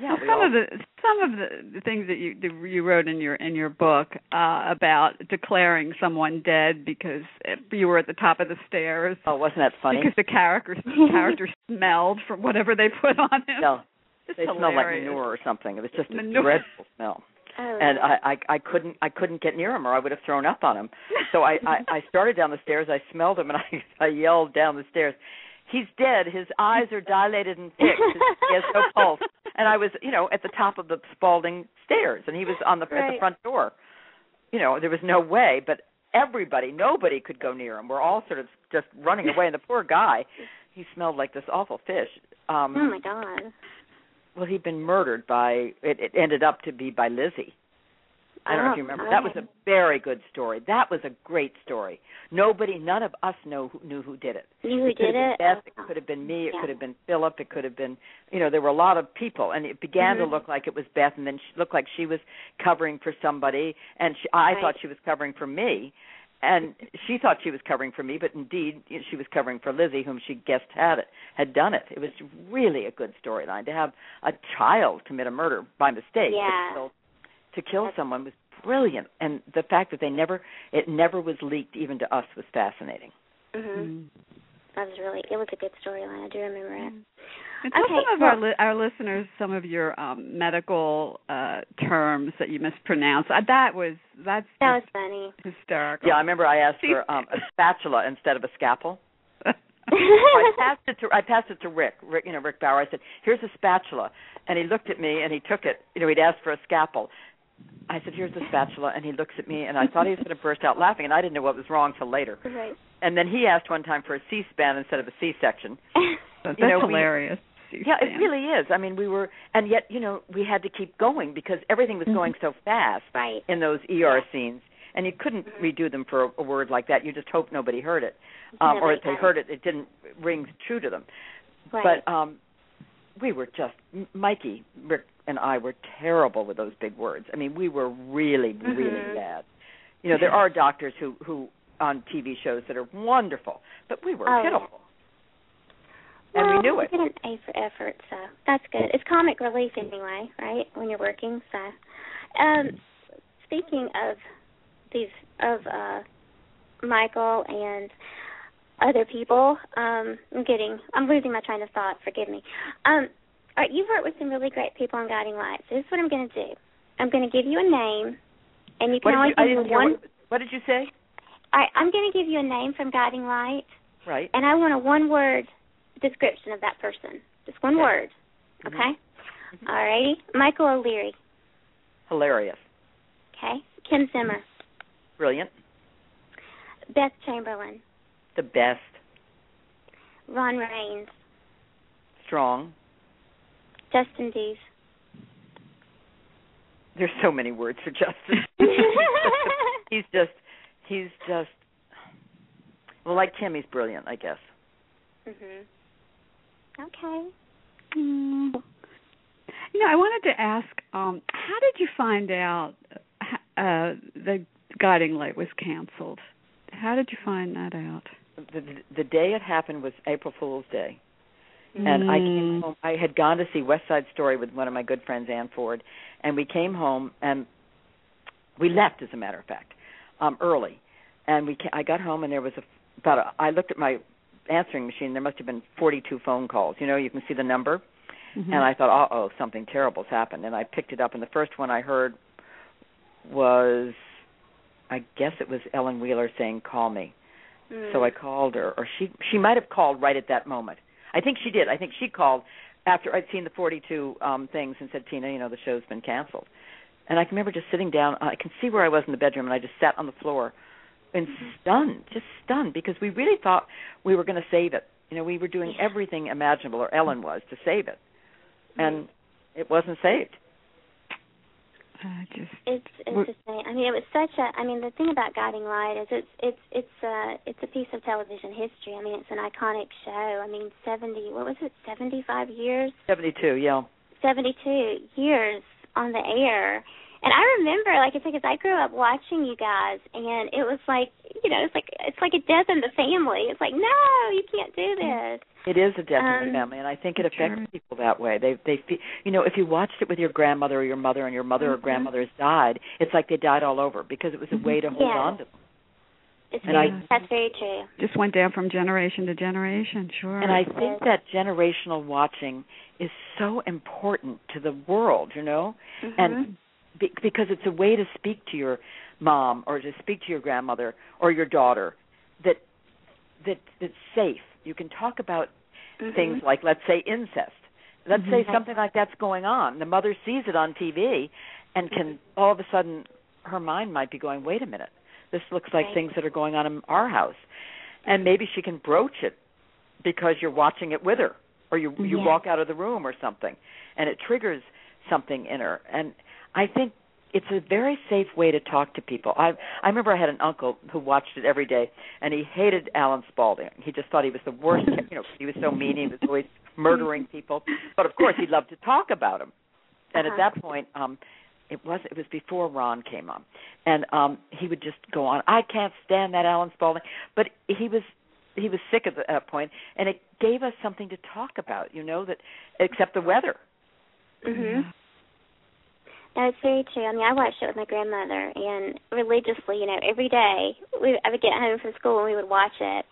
yeah Well, we some all of the some of the, the things that you the, you wrote in your in your book uh, about declaring someone dead because if you were at the top of the stairs oh wasn't that funny because the character the character smelled from whatever they put on him. no It's they smelled like hilarious. manure or something it was just a Manure. dreadful smell Oh, and I, I I couldn't I couldn't get near him or I would have thrown up on him. So I I, I started down the stairs. I smelled him and I I yelled down the stairs. He's dead. His eyes are dilated and fixed. He has no pulse. And I was you know at the top of the Spalding stairs and he was on the at the Right. front door. You know there was no way, but everybody nobody could go near him. We're all sort of just running away. And the poor guy, he smelled like this awful fish. oh Um my God. Well, he'd been murdered by. It, it ended up to be by Lizzie. I don't know if you Oh, remember. That was okay. a very good story. That was a great story. Nobody, none of us know who, knew who did it. You who it could did have it? been Beth. Oh, It could have been me. It Yeah. could have been Philip. It could have been, you know, there were a lot of people, and it began Mhm. to look like it was Beth, and then she looked like she was covering for somebody, and she, I Right. thought she was covering for me, and she thought she was covering for me, but indeed you know, she was covering for Lizzie, whom she guessed had it, had done it. It was really a good storyline to have a child commit a murder by mistake. Yeah. To kill, to kill someone was brilliant, and the fact that they never, it never was leaked even to us was fascinating. mhm. Mm-hmm. Mm. That was really. It was a good storyline. I do remember it. And tell Okay, some of our well- li- our listeners some of your um, medical uh, terms that you mispronounce. Uh, that was that's That was funny. just hysterical. Yeah, I remember I asked See- for um, a spatula instead of a scalpel. I oh passed it to I passed it to Rick, Rick, you know Rick Bauer. I said, "Here's a spatula," and he looked at me and he took it. You know, he'd asked for a scalpel. I said, "Here's the spatula," and he looks at me and I thought he was going to burst out laughing, and I didn't know what was wrong till later. Right. And then he asked one time for a C-SPAN instead of a C-section. That- that's you know, we- hilarious. Yeah, it C-SPAN. really is. I mean, we were, and yet you know we had to keep going because everything was going Mm-hmm. so fast Right. in those ER scenes, and you couldn't redo them for a, a word like that. You just hope nobody heard it, um, Nobody or if they got it. heard it, it didn't ring true to them. Right. But um we were just M- Mikey Rick and I were terrible with those big words. I mean, we were really really Mhm. bad. You know, there are doctors who who on TV shows that are wonderful, but we were Oh, yeah. pitiful. and we well, knew it. You get an A for effort, so that's good. It's comic relief anyway, right? When you're working, so. Um, speaking of these of uh, Michael and other people. Um, I'm getting, I'm losing my train of thought. Forgive me. Um, all right, you've worked with some really great people on Guiding Light. So this is what I'm going to do. I'm going to give you a name, and you can What did only you, I give didn't me hear one. what, what did you say? All right, I'm going to give you a name from Guiding Light, Right. and I want a one-word description of that person. Just one Okay. word. Mhm. Okay. All righty. Michael O'Leary. Hilarious. Okay. Kim Zimmer. Brilliant. Beth Chamberlain. The best. Ron Raines. Strong. Justin Dees. There's so many words for Justin. Mm-hmm. he's just he's just well like Tim he's brilliant, I guess. mhm. Okay. Mm. You know, I wanted to ask, um, how did you find out uh, h- uh, the guiding light was canceled? How did you find that out? The the day it happened was April Fool's Day. And I came Mm. home. I had gone to see West Side Story with one of my good friends, Ann Ford, and we came home and we left, as a matter of fact, um, early. And we ca- I got home and there was a, about a, I looked at my answering machine. There must have been 42 phone calls. You know, you can see the number. Mhm. And I thought, uh oh, something terrible's happened. And I picked it up, and the first one I heard was, I guess it was Ellen Wheeler saying, "Call me." Mm. So I called her, or she she might have called right at that moment. I think she did. I think she called after I'd seen the 42 um things and said, "Tina, you know the show's been canceled." And I can remember just sitting down. I can see where I was in the bedroom, and I just sat on the floor and stunned, just stunned, because we really thought we were going to save it. You know, we were doing everything imaginable, or Ellen was, to save it, and it wasn't saved. I just It's We're- it's just I mean it was such a I mean the thing about Guiding Light is it's it's it's a it's a piece of television history. I mean it's an iconic show. I mean seventy what was it seventy five years 72, yeah. seventy two years on the air. And I remember like it's because I grew up watching you guys and it was like you know it's like it's like a death in the family. It's like no you can't do this. It is a death in Um, the family, and I think it sure. affects people that way. They they feel, you know, if you watched it with your grandmother or your mother, and your mother or Mhm. grandmother has died, it's like they died all over because it was a way to hold Yeah. on to them. It's And very, I- that's very true. just went down from generation to generation. Sure. And I think that generational watching is so important to the world, you know, and be, because it's a way to speak to your mom or to speak to your grandmother or your daughter that that that's safe. You can talk about things like let's say incest let's say something like that's going on the mother sees it on tv and can all of a sudden her mind might be going wait a minute this looks like Right. things that are going on in our house and maybe she can broach it because you're watching it with her or you you Yeah. walk out of the room or something and it triggers something in her and i think it's a very safe way to talk to people i i remember i had an uncle who watched it every day and he hated alan spaulding he just thought he was the worst you know he was so mean he was always murdering people but of course he loved to talk about him and Uh-huh. at that point um it was it was before ron came on and um he would just go on i can't stand that alan spaulding but he was he was sick at the- that point and it gave us something to talk about you know that except the weather Mhm. Mm-hmm. No, it's very true. I mean, I watched it with my grandmother, and religiously, you know, every day we I would get home from school and we would watch it,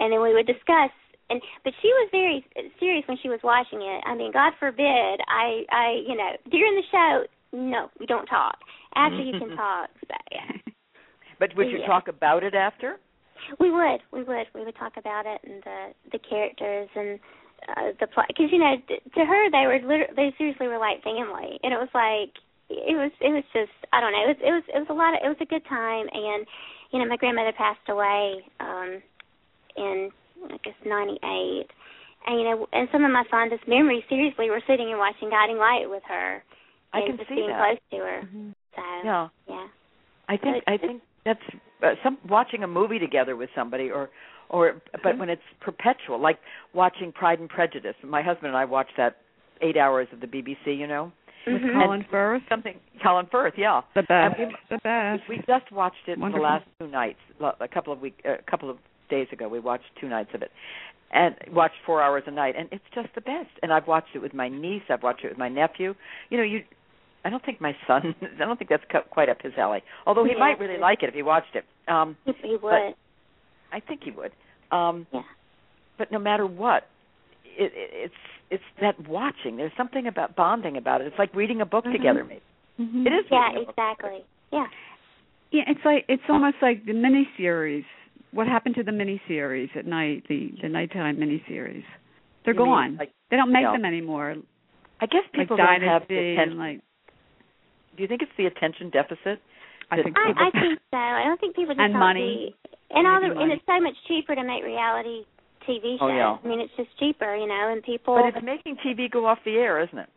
and then we would discuss. And but she was very serious when she was watching it. I mean, God forbid I I you know during the show, no, we don't talk. After you can talk, but, yeah. but would Yeah. you talk about it after we would we would we would talk about it and the the characters and uh, the plot because you know t- to her they were liter- they seriously were like family and it was like it was it was just I don't know it was it was it was a lot of it was a good time and you know my grandmother passed away um in I guess ninety eight and you know and some of my fondest memories seriously were sitting and watching Guiding Light with her i and can just see being that close Mm-hmm. to her so yeah yeah i think It- i think that's uh, some watching a movie together with somebody or or Mm-hmm. but when it's perpetual like watching pride and prejudice my husband and i watched that 8 hours of the bbc you know with Mm-hmm. Mhm. Colin Firth, something Colin Firth yeah the best, And we- the best. We just watched it Wonderful. the last two nights, lo- a couple of week, a couple of days ago. We watched two nights of it, and watched four hours a night, and it's just the best. And I've watched it with my niece. I've watched it with my nephew. You know, you. I don't think my son. I don't think that's cu- quite up his alley. Although he Yeah. might really like it if he watched it. Um, he, he would I think he would. Um Yeah. But no matter what, it, it, it's it's that watching. There's something about bonding about it. It's like reading a book Mhm. together. Maybe Mhm. it is. Mm-hmm. Yeah, reading a book together. exactly. Yeah. Yeah, it's like it's almost like the miniseries. What happened to the miniseries at night? The the nighttime miniseries. They're You gone. mean, like, they don't make yeah. them anymore. I guess Like people don't have Dynasty the attention. and like Do you think it's the attention deficit? I that think I, people- I think so. I don't think people just And don't money. see- and all the Maybe and money. it's so much cheaper to make reality TV shows. Oh, yeah. I mean, it's just cheaper, you know, and people. But it's making TV go off the air, isn't it?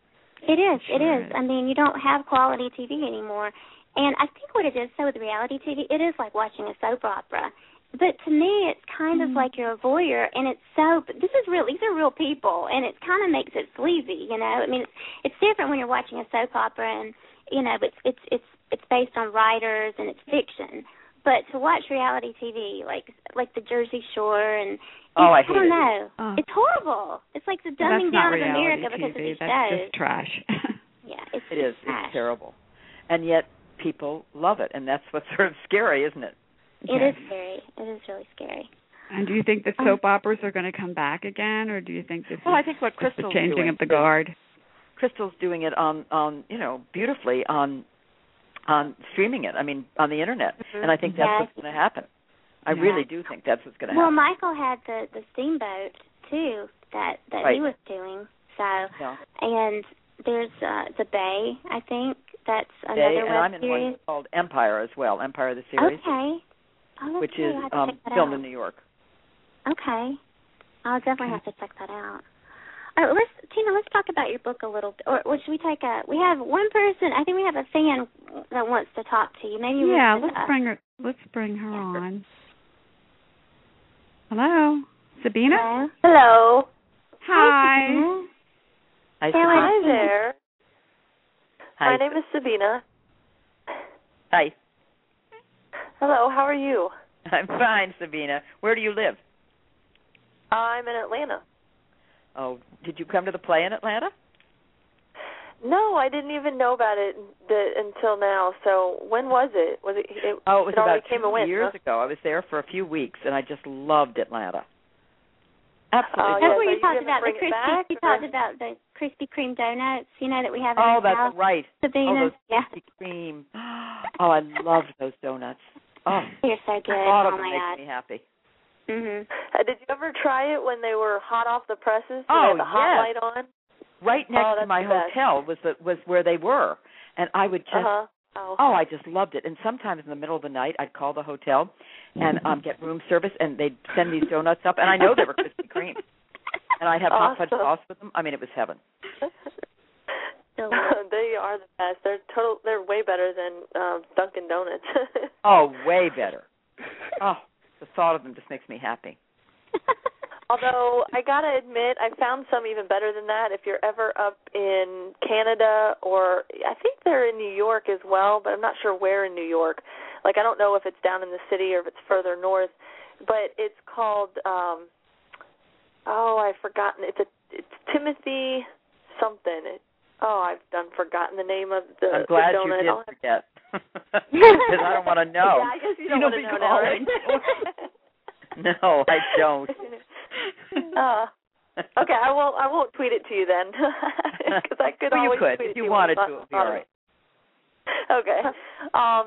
It is. It Sure is. is. I mean, you don't have quality TV anymore, and I think what it is so with reality TV, it is like watching a soap opera. But to me, it's kind Mm. of like you're a voyeur, and it's so. but This is real. These are real people, and it kind of makes it sleazy, you know. I mean, it's it's different when you're watching a soap opera, and you know, it's it's it's it's based on writers and it's fiction. But to watch reality TV, like like the Jersey Shore, and Oh, I hate don't it. know, Oh. it's horrible. It's like the Well, dumbing that's not down of reality America because of TV. these That's shows. just trash. Yeah, it's It is. trash. It's terrible. And yet people love it, and that's what's sort of scary, isn't it? It Yes. is scary. It is really scary. And do you think the soap operas are going to come back again, or do you think this Um, is Well, I think what just the Crystal's changing doing of the is- guard? Crystal's doing it on on you know beautifully on on streaming it. I mean on the internet, and I think that's Yeah. what's going to happen. I Yeah. really do think that's what's going to Well, happen. Michael had the the steamboat too that that Right. he was doing. So Yeah. and there's uh the Bay, I think that's They- another and web I'm in series. one called Empire as well, Empire the series, Okay. Oh, which okay. is I'll have to um check that filmed out. in New York. Okay. I'll definitely have to check that out. All right, well, let's Tina, let's talk about your book a little bit. Or, or should we take a? We have one person. I think we have a fan that wants to talk to you. Maybe we Yeah, should, let's uh, bring her. Let's bring her Yeah. on. Hello, Sabina. Hello. Hello. Hi. Mm-hmm. I Hello. suppose. Hi there. Hi. My name is Sabina. Hi. Hello, how are you? I'm fine, Sabina. Where do you live? I'm in Atlanta. Oh, did you come to the play in Atlanta? No, I didn't even know about it the, until now. So when was it? Was it? it Oh, it was already about came two and went, years huh? ago. I was there for a few weeks, and I just loved Atlanta. Absolutely. Oh, That's yeah, where so you you talked didn't about the bring it crispy. back, you or- talked about the Krispy Kreme donuts. You know that we have in our Oh, house. that's right. Sabina's. those yeah. Krispy Kreme. Oh, I loved those donuts. Oh, They're so good. all of oh them my makes god. me happy. Mhm. Uh, did you ever try it when they were hot off the presses? Did Oh, they have the hot yes. light on? Right next to Oh, that's my the best. hotel was the, was where they were, and I would just Uh-huh. Oh. oh, I just loved it. And sometimes in the middle of the night, I'd call the hotel and um get room service, and they'd send these donuts up, and I know they were Krispy Kreme, and I'd have hot fudge Awesome. sauce with them. I mean, it was heaven. Delicious. they are the best. They're total. They're way better than um, Dunkin' Donuts. Oh, way better. Oh, the thought of them just makes me happy. Although I gotta admit, I found some even better than that. If you're ever up in Canada, or I think they're in New York as well, but I'm not sure where in New York. Like I don't know if it's down in the city or if it's further north, but it's called um oh I've forgotten. It's a it's Timothy something. It, oh I've done forgotten the name of the, I'm glad the you donut. did I'll have forget. Because I don't want to know. Yeah, I guess you You don't know want to me know all now, I right? No, I don't. uh, okay, I won't. I won't tweet it to you then, because I could well, you always could. tweet if it to you wanted when to. I'm It'd be all on- right. Okay. Um,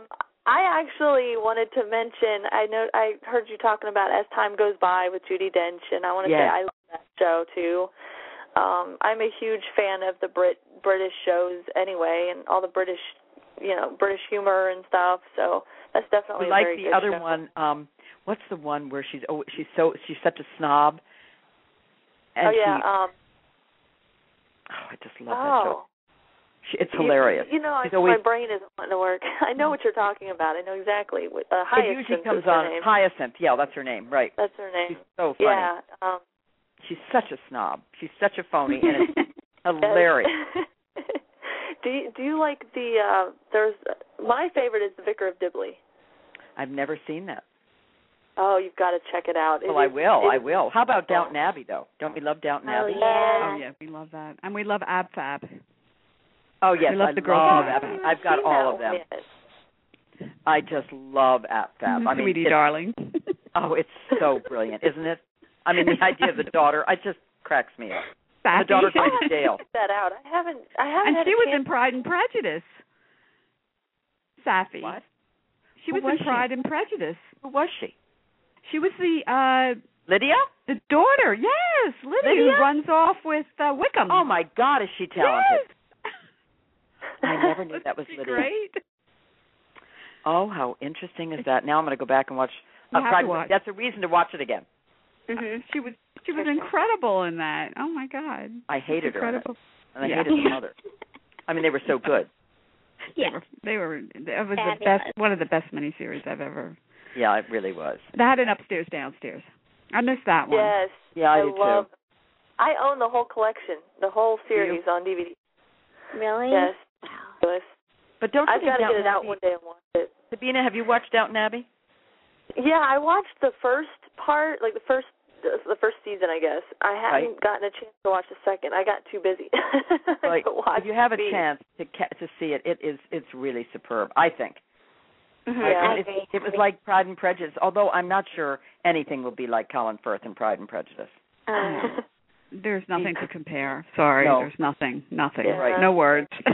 I actually wanted to mention. I know I heard you talking about as time goes by with Judy Dench, and I want to say Yes. I love that show too. Um, I'm a huge fan of the Brit British shows anyway, and all the British, you know, British humor and stuff. So that's definitely We a like very the good other show. one. Um, what's the one where she's oh she's so she's such a snob. And oh yeah. She, um, oh, I just love that show. oh. She, it's You- hilarious. You, know, I, She's always- Mm. my brain isn't wanting to work. I know what you're talking about. I know exactly. What, uh, it Hyacinth usually is comes her on name. Hyacinth. Yeah, that's her name. Right. That's her She's name. so funny. Yeah. Um, She's such a snob. She's such a phony, and it's hilarious. yes. do you, Do you like the? Uh, there's my favorite is the Vicar of Dibley. I've never seen that. Oh, you've got to check it out. It Well, I is- will. it I is- will. How about Downton Abbey though? Don't we love Downton Oh Abbey? yeah. Oh yeah, we love that, and we love Ab Fab. Oh yes, We love I the girls love from App Abbey. Fab. I've got Seen all of that them. one yet. I just love App Fab. I Mm-hmm. mean, Sweetie it's- darling. Oh, it's so brilliant, isn't it? I mean, the idea of the daughter, I just cracks me up. The daughter Fabulous. goes to jail. that out. I haven't. I haven't. and had she a was chance- in Pride and Prejudice. Safi. What? She Who was, was in she? Pride and Prejudice. Who was she? She was the uh Lydia? the daughter, yes, Lydia, Lydia? who runs off with uh, Wickham. Oh my God, is she talented? Yes. I never knew that was Isn't she Lydia. Great. Oh, how interesting is that? Now I'm going to go back and watch. You uh, have Pride to and- watch. That's a reason to watch it again. Mm-hmm. Mhm. She was she was incredible in that. Oh my god. I hated her, in it, Incredible. and I Yeah. hated her mother. I mean, they were so good. Yeah. They were that was the Fabulous. best one of the best miniseries I've ever Yeah, it really was. that and upstairs downstairs. I missed that one. Yes. Yeah, I, I do love. I own the whole collection, the whole series on DVD. Really? Yes. Wow. Yes. too. But don't you I've think got to get Downton it out Abbey- one day and watch it. Sabina, have you watched Downton Abbey? Yeah, I watched the first part, like the first the first season, I guess. I hadn't gotten a chance to watch the second. I got too busy Like, to watch. if you have a TV. chance to ca- to see it, it is it's really superb. I think. Mhm. Yeah. I it, agree. it was like Pride and Prejudice, although I'm not sure anything will be like Colin Firth in Pride and Prejudice. Uh, There's nothing to compare. Sorry, No. there's nothing. Nothing. Yeah. Right. No words.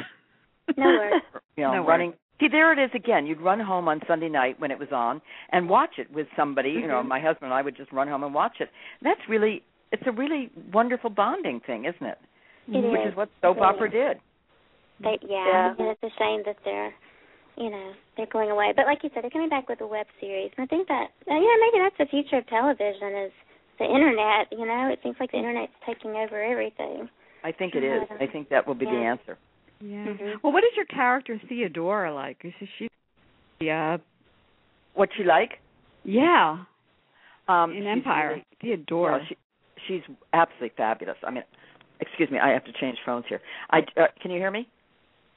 no worries. You know, No running. See, there it is again. You'd run home on Sunday night when it was on and watch it with somebody. You know, Mhm. my husband and I would just run home and watch it. That's really, it's a really wonderful bonding thing, isn't it? It Which is. is what soap Yeah. opera did. They, yeah, Yeah. and it's a shame that they're, you know, they're going away. But like you said, they're coming back with a web series, and I think that uh, you know maybe that's the future of television is the internet. You know, it seems like the internet's taking over everything. I think it is. Yeah. I think that will be the Yeah. answer. yeah. Mm-hmm. Mhm. Well, what is your character Theodora like? Is she yeah, What she like? yeah, Um, in she's Empire. really- Theodora. yeah, she, she's absolutely fabulous. I mean, excuse me, I have to change phones here. I uh, can you hear me?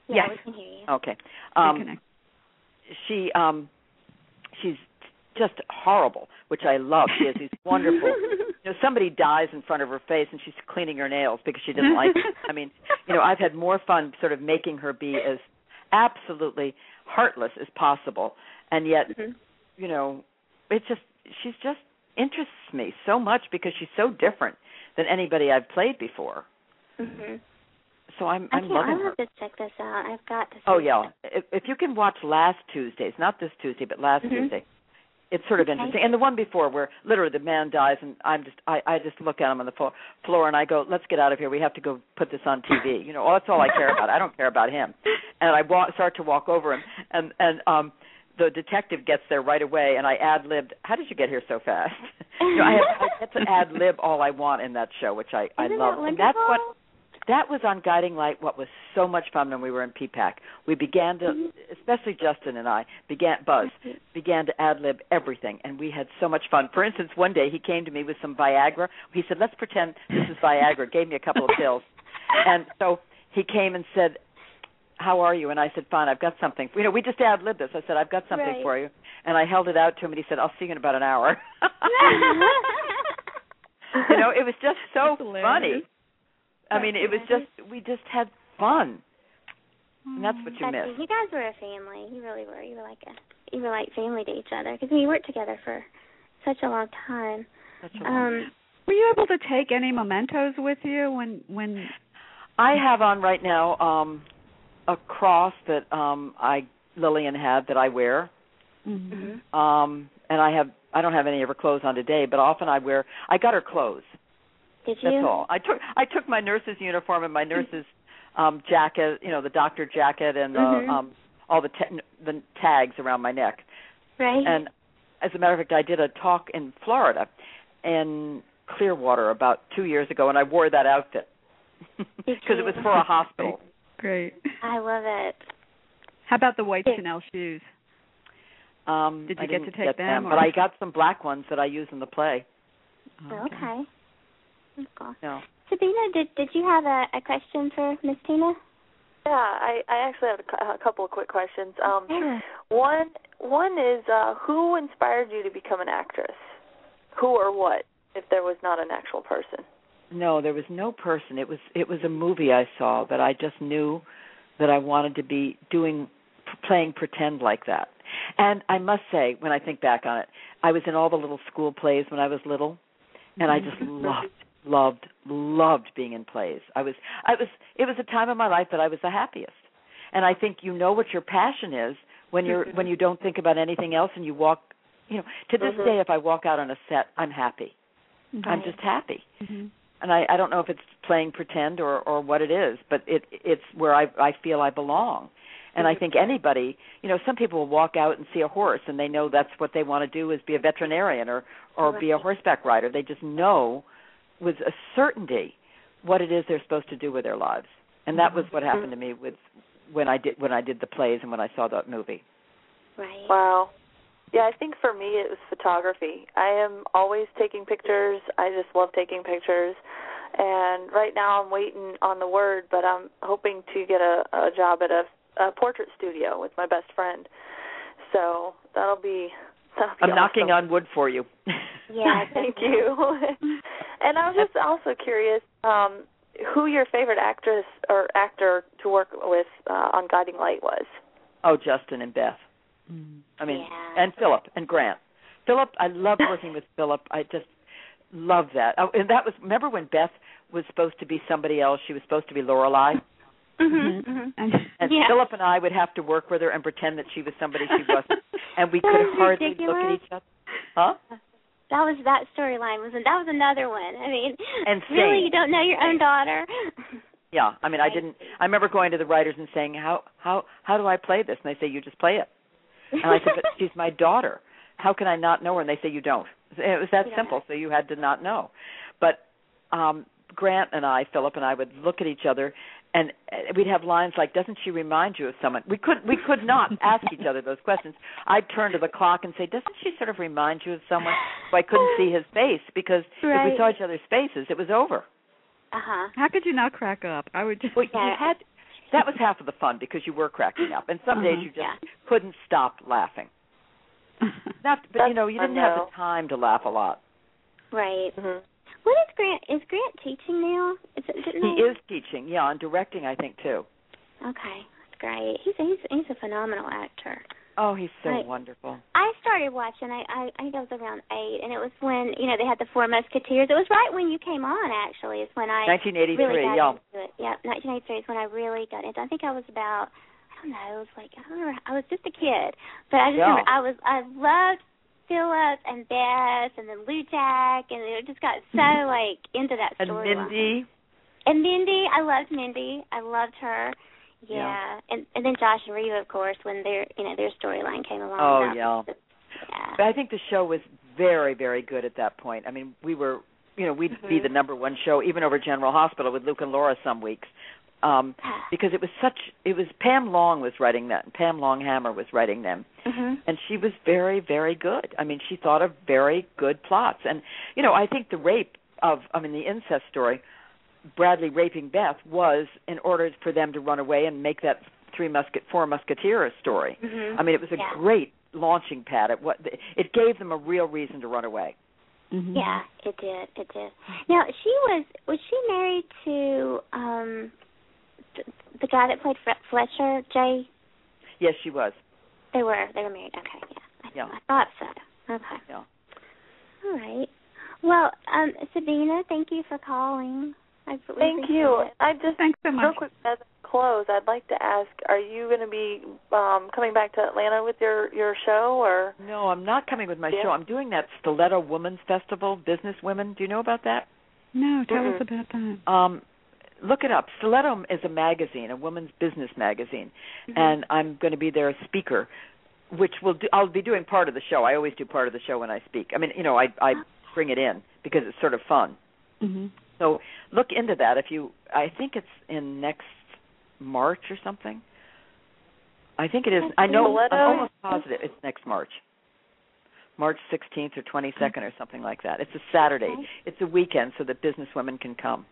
Yeah, Yes. we can hear you. Okay. They Um, connect. she um she's just horrible, which I love. She has these wonderful you know, somebody dies in front of her face and she's cleaning her nails because she didn't like it. I mean, you know, I've had more fun sort of making her be as absolutely heartless as possible. And yet, Mhm. you know, it's just she's just interests me so much because she's so different than anybody I've played before. Mhm. So I'm I I'm can't. I loving her. have to check this out. I've got to. See Oh yeah. If, if you can watch last Tuesday's, not this Tuesday, but last Mhm. Tuesday, it's sort of Okay. interesting. And the one before, where literally the man dies, and I'm just I, I just look at him on the floor, floor, and I go, "Let's get out of here. We have to go put this on TV." You know, oh, that's all I care about. I don't care about him. And I walk, start to walk over him, and and um the detective gets there right away, and I ad libbed. How did you get here so fast? you know, I, have, I get to ad lib all I want in that show, which I I Isn't love, that and that's what wonderful? that was on Guiding Light. What was so much fun when we were in PPAC, we began to, especially Justin and I, began Buzz began to ad lib everything, and we had so much fun. For instance, one day he came to me with some Viagra. He said, "Let's pretend this is Viagra." Gave me a couple of pills, and so he came and said, "How are you?" And I said, "Fine. I've got something." You know, we just ad lib this. I said, "I've got something Right. for you," and I held it out to him, and he said, "I'll see you in about an hour." you know, it was just so That's hilarious. funny. I That's mean, it was hilarious. just we just had fun, and that's what you That's miss. it. You guys were a family. You really were. You were like a, you were like family to each other because we worked together for such a long time. Such a long- Um, Were you able to take any mementos with you when when I have on right now um a cross that um I Lillian had that I wear. Mm-hmm. Mhm. Um and I have I don't have any of her clothes on today, but often I wear I got her clothes. did you? That's all. I took I took my nurse's uniform and my Mm. nurse's um jacket, you know, the doctor jacket and the Mhm. um all the t- the tags around my neck. Right. And as a matter of fact, I did a talk in Florida in Clearwater about two years ago, and I wore that outfit because it was you? for a hospital. Great. I love it. How about the white Yeah. Chanel shoes? Um, Did you I get to didn't take get them, but or- I got some black ones that I use in the play. Okay. That's Cool. No. Sabina, did did you have a, a question for Miss Tina? Yeah, I, I actually have a, cou- a couple of quick questions. Um, one one is uh, who inspired you to become an actress? Who or what? If there was not an actual person. No, there was no person. It was it was a movie I saw that I just knew that I wanted to be doing playing pretend like that. And I must say, when I think back on it, I was in all the little school plays when I was little, and I just loved, loved, loved being in plays. I was, I was, it was a time in my life that I was the happiest. And I think you know what your passion is when you're when you don't think about anything else and you walk, you know. To this day, if I walk out on a set, I'm happy. Mm-hmm. I'm just happy. And I, I don't know if it's playing pretend or or what it is, but it it's where I I feel I belong. And I think anybody, you know, some people will walk out and see a horse and they know that's what they want to do is be a veterinarian or or be a horseback rider. They just know with a certainty what it is they're supposed to do with their lives. And that was what happened to me with when I did when I did the plays and when I saw that movie. Right. Wow. Yeah, I think for me it was photography. I am always taking pictures. I just love taking pictures. And right now I'm waiting on the word, but I'm hoping to get a, a job at a, a portrait studio with my best friend. So that'll be. That'll be I'm knocking awesome. on wood for you. Yeah. Thank you. and I was just also curious um, who your favorite actress or actor to work with uh, on Guiding Light was. Oh, Justin and Beth. I mean, Yeah. and Philip and Grant. Philip, I love working with Philip. I just love that. Oh, and that was remember when Beth was supposed to be somebody else. She was supposed to be Lorelai, Mhm. mm-hmm. And and Yeah. Philip and I would have to work with her and pretend that she was somebody she wasn't, and we could was hardly look at ridiculous. each other. Huh? That was that storyline was that was another one. I mean, And really, sing. you don't know your own daughter. Yeah. I mean, I didn't. I remember going to the writers and saying, "How how how do I play this?" And they say, "You just play it." And I said, "But she's my daughter. How can I not know her?" And they say, "You don't." It was that Yeah. simple. So you had to not know. But um Grant and I, Philip and I, would look at each other, and uh, we'd have lines like, "Doesn't she remind you of someone?" We could we could not ask each other those questions. I'd turn to the clock and say, "Doesn't she sort of remind you of someone?" But I couldn't see his face because if we Right. saw each other's faces, it was over. Uh huh. How could you not crack up? I would just. Well, you Yeah. had that was half of the fun because you were cracking up, and some days Uh-huh. you just Mm-hmm. Yeah. couldn't stop laughing. Not, but you know, you didn't have the time to laugh a lot. Right. Mm-hmm. What is Grant? Is Grant teaching now? Is it, didn't He is teaching, yeah, and directing, I think too. Okay, that's great. He's he's he's a phenomenal actor. Oh, he's so Right. wonderful. I started watching. I, I I think I was around eight, and it was when you know they had the Four Musketeers. It was right when you came on. Actually, is when I 1983, really got yeah. into it. Yeah, 1983 is when I really got into. I think I was about I don't know. I was like I don't remember. I was just a kid, but I just Yeah. remember I was I loved Philip and Beth and then Lou Jack, and it just got so like into that Mm-hmm. And storyline. Mindy, And Mindy, I loved Mindy. I loved her. Yeah. Yeah. And and then Josh and Reva, of course, when their you know their storyline came along. Oh, that yeah. was- yeah. but I think the show was very, very good at that point. I mean, we were, you know, we'd be the number one show even over General Hospital with Luke and Laura some weeks. Um, because it was such it was Pam Long was writing that Pam Long Hammer was writing them Mhm. and she was very very good i mean she thought of very good plots and you know i think the rape of i mean the incest story bradley raping beth was in order for them to run away and make that three musket four musketeer story Mhm. i mean it was a Yeah. great launching pad it what it gave them a real reason to run away Mm-hmm. Yeah, it did. It did. Now she was was she married to um the, the guy that played Fre- Fletcher? Jay? yes she was They were. They were married. Okay. Yeah. I, Yeah. I thought so. Okay. Yeah. All right. Well, um, Sabina, thank you for calling. I really Thank appreciate you. it. I just Thanks so real much. quick as I close, I'd like to ask: Are you going to be um coming back to Atlanta with your your show, or no i'm not coming with my Yeah. show i'm doing that stiletto women's festival business women do you know about that No, tell Mm-mm. us about that. um look it up stiletto is a magazine a women's business magazine Mm-hmm. and i'm going to be their speaker which will do i'll be doing part of the show i always do part of the show when i speak i mean you know i i bring it in because it's sort of fun Mm-hmm. so look into that if you i think it's in next march or something i think it is i know i'm Stiletto? almost positive it's next march march 16th or 22nd or something like that it's a saturday Okay. it's a weekend so that business women can come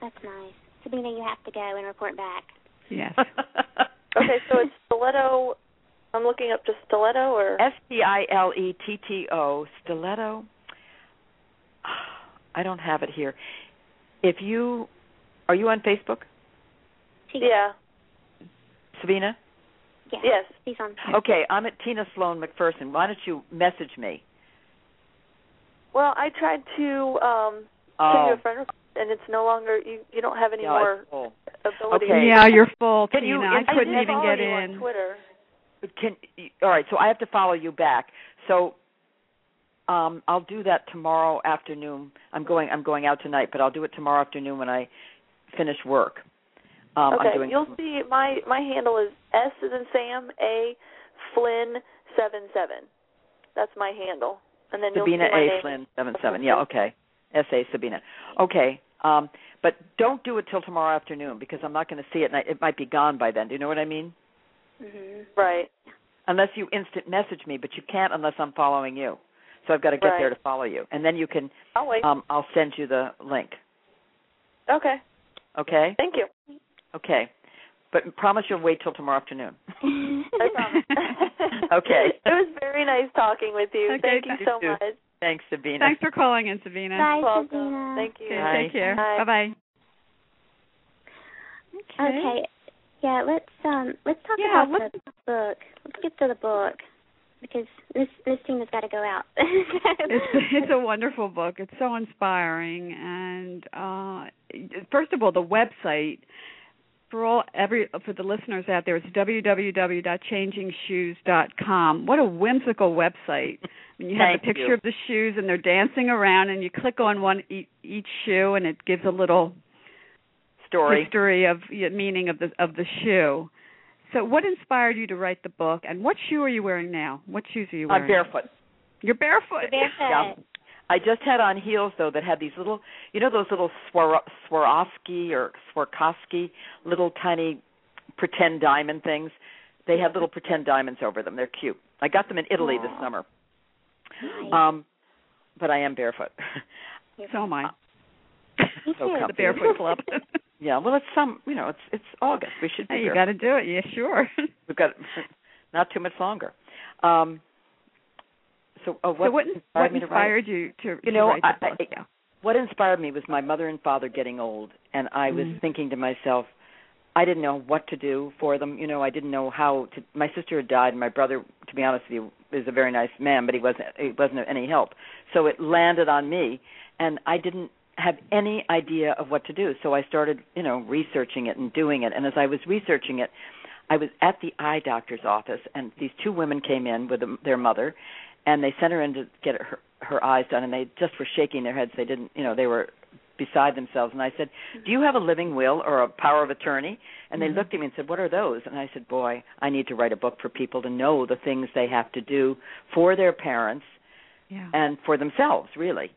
That's nice. Sabina, you have to go and report back. Yes. okay, so it's stiletto. I'm looking up just stiletto, or S T I L E T T O stiletto. I don't have it here. If you are you on Facebook, She yeah, Sabina? Yeah. Yes. She's on. Okay, I'm at Tina Sloan McPherson. Why don't you message me? Well, I tried to um send you Oh, a friend request, and it's no longer you. You don't have any yeah, more it's full. ability. Okay. Yeah, you're full, Can you- Tina. I if I couldn't did even follow get you in. on Twitter. Can all right, so I have to follow you back. So um I'll do that tomorrow afternoon. I'm going I'm going out tonight, but I'll do it tomorrow afternoon when I finish work. Um okay, I'm doing you'll see my my handle is S as in Sam A Flynn seven seven. That's my handle, and then Sabina you'll see my A name. Flynn seven seven. Yeah, okay. S A Sabina. Okay. Um but don't do it till tomorrow afternoon because I'm not going to see it and I, it might be gone by then. Do you know what I mean? Mhm. Right. Unless you instant message me, but you can't unless I'm following you. So I've got to get there Right. to follow you. And then you can I'll wait. um I'll send you the link. okay. Okay? Thank you. Okay. But promise you'll wait till tomorrow afternoon. I promise. Okay. it was very nice talking with you. Okay, Thank you thank so you. much. Thanks, Sabina. Thanks for calling in, Sabina. Bye, Welcome. Sabina. Thank you. Okay, Bye. Take care. Bye. Bye bye. Okay. Yeah, let's um let's talk Yeah, about let's- the book. Let's get to the book because Miss Miss Tina's got to go out. It's it's a wonderful book. It's so inspiring and uh first of all the website for all every for the listeners out there it's www.changingshoes.com. What a whimsical website. I mean, you have Thank the picture you. of the shoes and they're dancing around and you click on one e- each shoe and it gives a little Story. history of y- meaning of the of the shoe. So, what inspired you to write the book, and what shoe are you wearing now? What shoes are you wearing? I'm barefoot. You're barefoot. Yeah. barefoot. I just had on heels though that had these little, you know, those little Swar- Swarovski or Swarkovsky little tiny pretend diamond things. They had little pretend diamonds over them. They're cute. I got them in Italy this Aw. summer. Nice. uh, Um, but I am barefoot. So am I. Me so too. comfy. the barefoot club. yeah. Well, it's some. You know, it's it's August. We should be hey, barefoot. you got to do it. Yeah, sure. we've got not too much longer. Um, so, uh, what, so, what, in- what me to write it? inspired you to, You to know, write the I- I- book? yeah. What inspired me was my mother and father getting old, and I was Mm. thinking to myself, I didn't know what to do for them. You know, I didn't know how to. My sister had died, and my brother, to be honest with you, is a very nice man, but he wasn't. He wasn't of any help. So it landed on me, and I didn't have any idea of what to do. So I started, you know, researching it and doing it. And as I was researching it, I was at the eye doctor's office, and these two women came in with um, their mother, and they sent her in to get her her eyes done, and they just were shaking their heads. They didn't, you know, they were beside themselves. And I said, "Do you have a living will or a power of attorney?" And they Mhm. looked at me and said, "What are those?" And I said, "Boy, I need to write a book for people to know the things they have to do for their parents Yeah. and for themselves, really.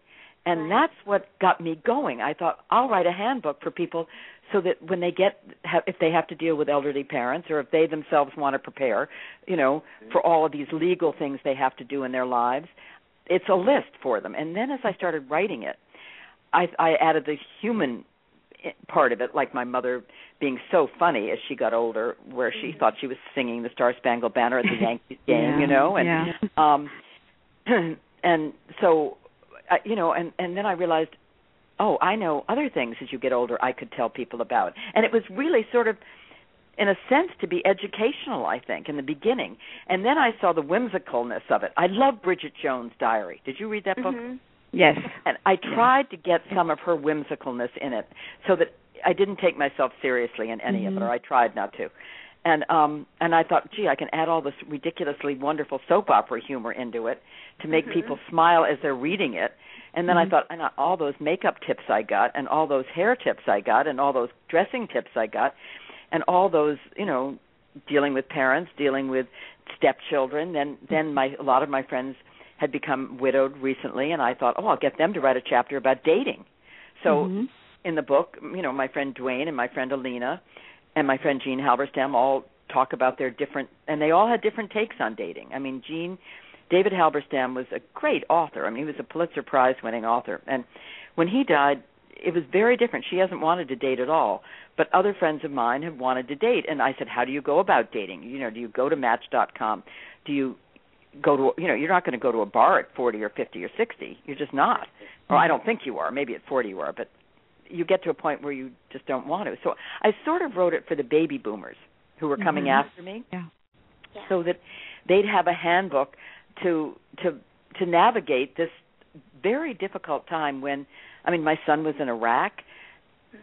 And Right. that's what got me going. I thought I'll write a handbook for people so that when they get ha if they have to deal with elderly parents or if they themselves want to prepare, you know, for all of these legal things they have to do in their lives, it's a list for them. And then as I started writing it, I I added the human i- part of it like my mother being so funny as she got older where she thought she was singing the Star Spangled Banner at the Yankees game, Mm-hmm. yeah. you know, and yeah. um and so I you know and and then i realized oh i know other things as you get older i could tell people about and it was really sort of in a sense to be educational i think in the beginning and then i saw the whimsicalness of it i love bridget jones diary did you read that book Mhm. yes. and i tried to get some of her whimsicalness in it so that i didn't take myself seriously in any of Mhm. it or i tried not to and um and i thought gee i can add all this ridiculously wonderful soap opera humor into it to make Mhm. people smile as they're reading it and then Mhm. i thought and all those makeup tips i got and all those hair tips i got and all those dressing tips i got and all those you know dealing with parents dealing with stepchildren then then my a lot of my friends had become widowed recently and i thought oh i'll get them to write a chapter about dating so Mhm. Mm-hmm. in the book, you know, my friend Dwayne and my friend Alina and my friend Jean Halberstam all talk about their different and they all had different takes on dating. I mean, Jean David Halberstam was a great author. I mean, he was a Pulitzer Prize winning author. And when he died, it was very different. She hasn't wanted to date at all, but other friends of mine have wanted to date and I said, "How do you go about dating? You know, do you go to match.com? Do you go to, you know, you're not going to go to a bar at 40 or 50 or 60. You're just not. Or I don't think you are. Maybe at 40 you are, but you get to a point where you just don't want to. So I sort of wrote it for the baby boomers who were coming Mhm. after me. Yeah. Yeah. so that they'd have a handbook to to to navigate this very difficult time when I mean my son was in Iraq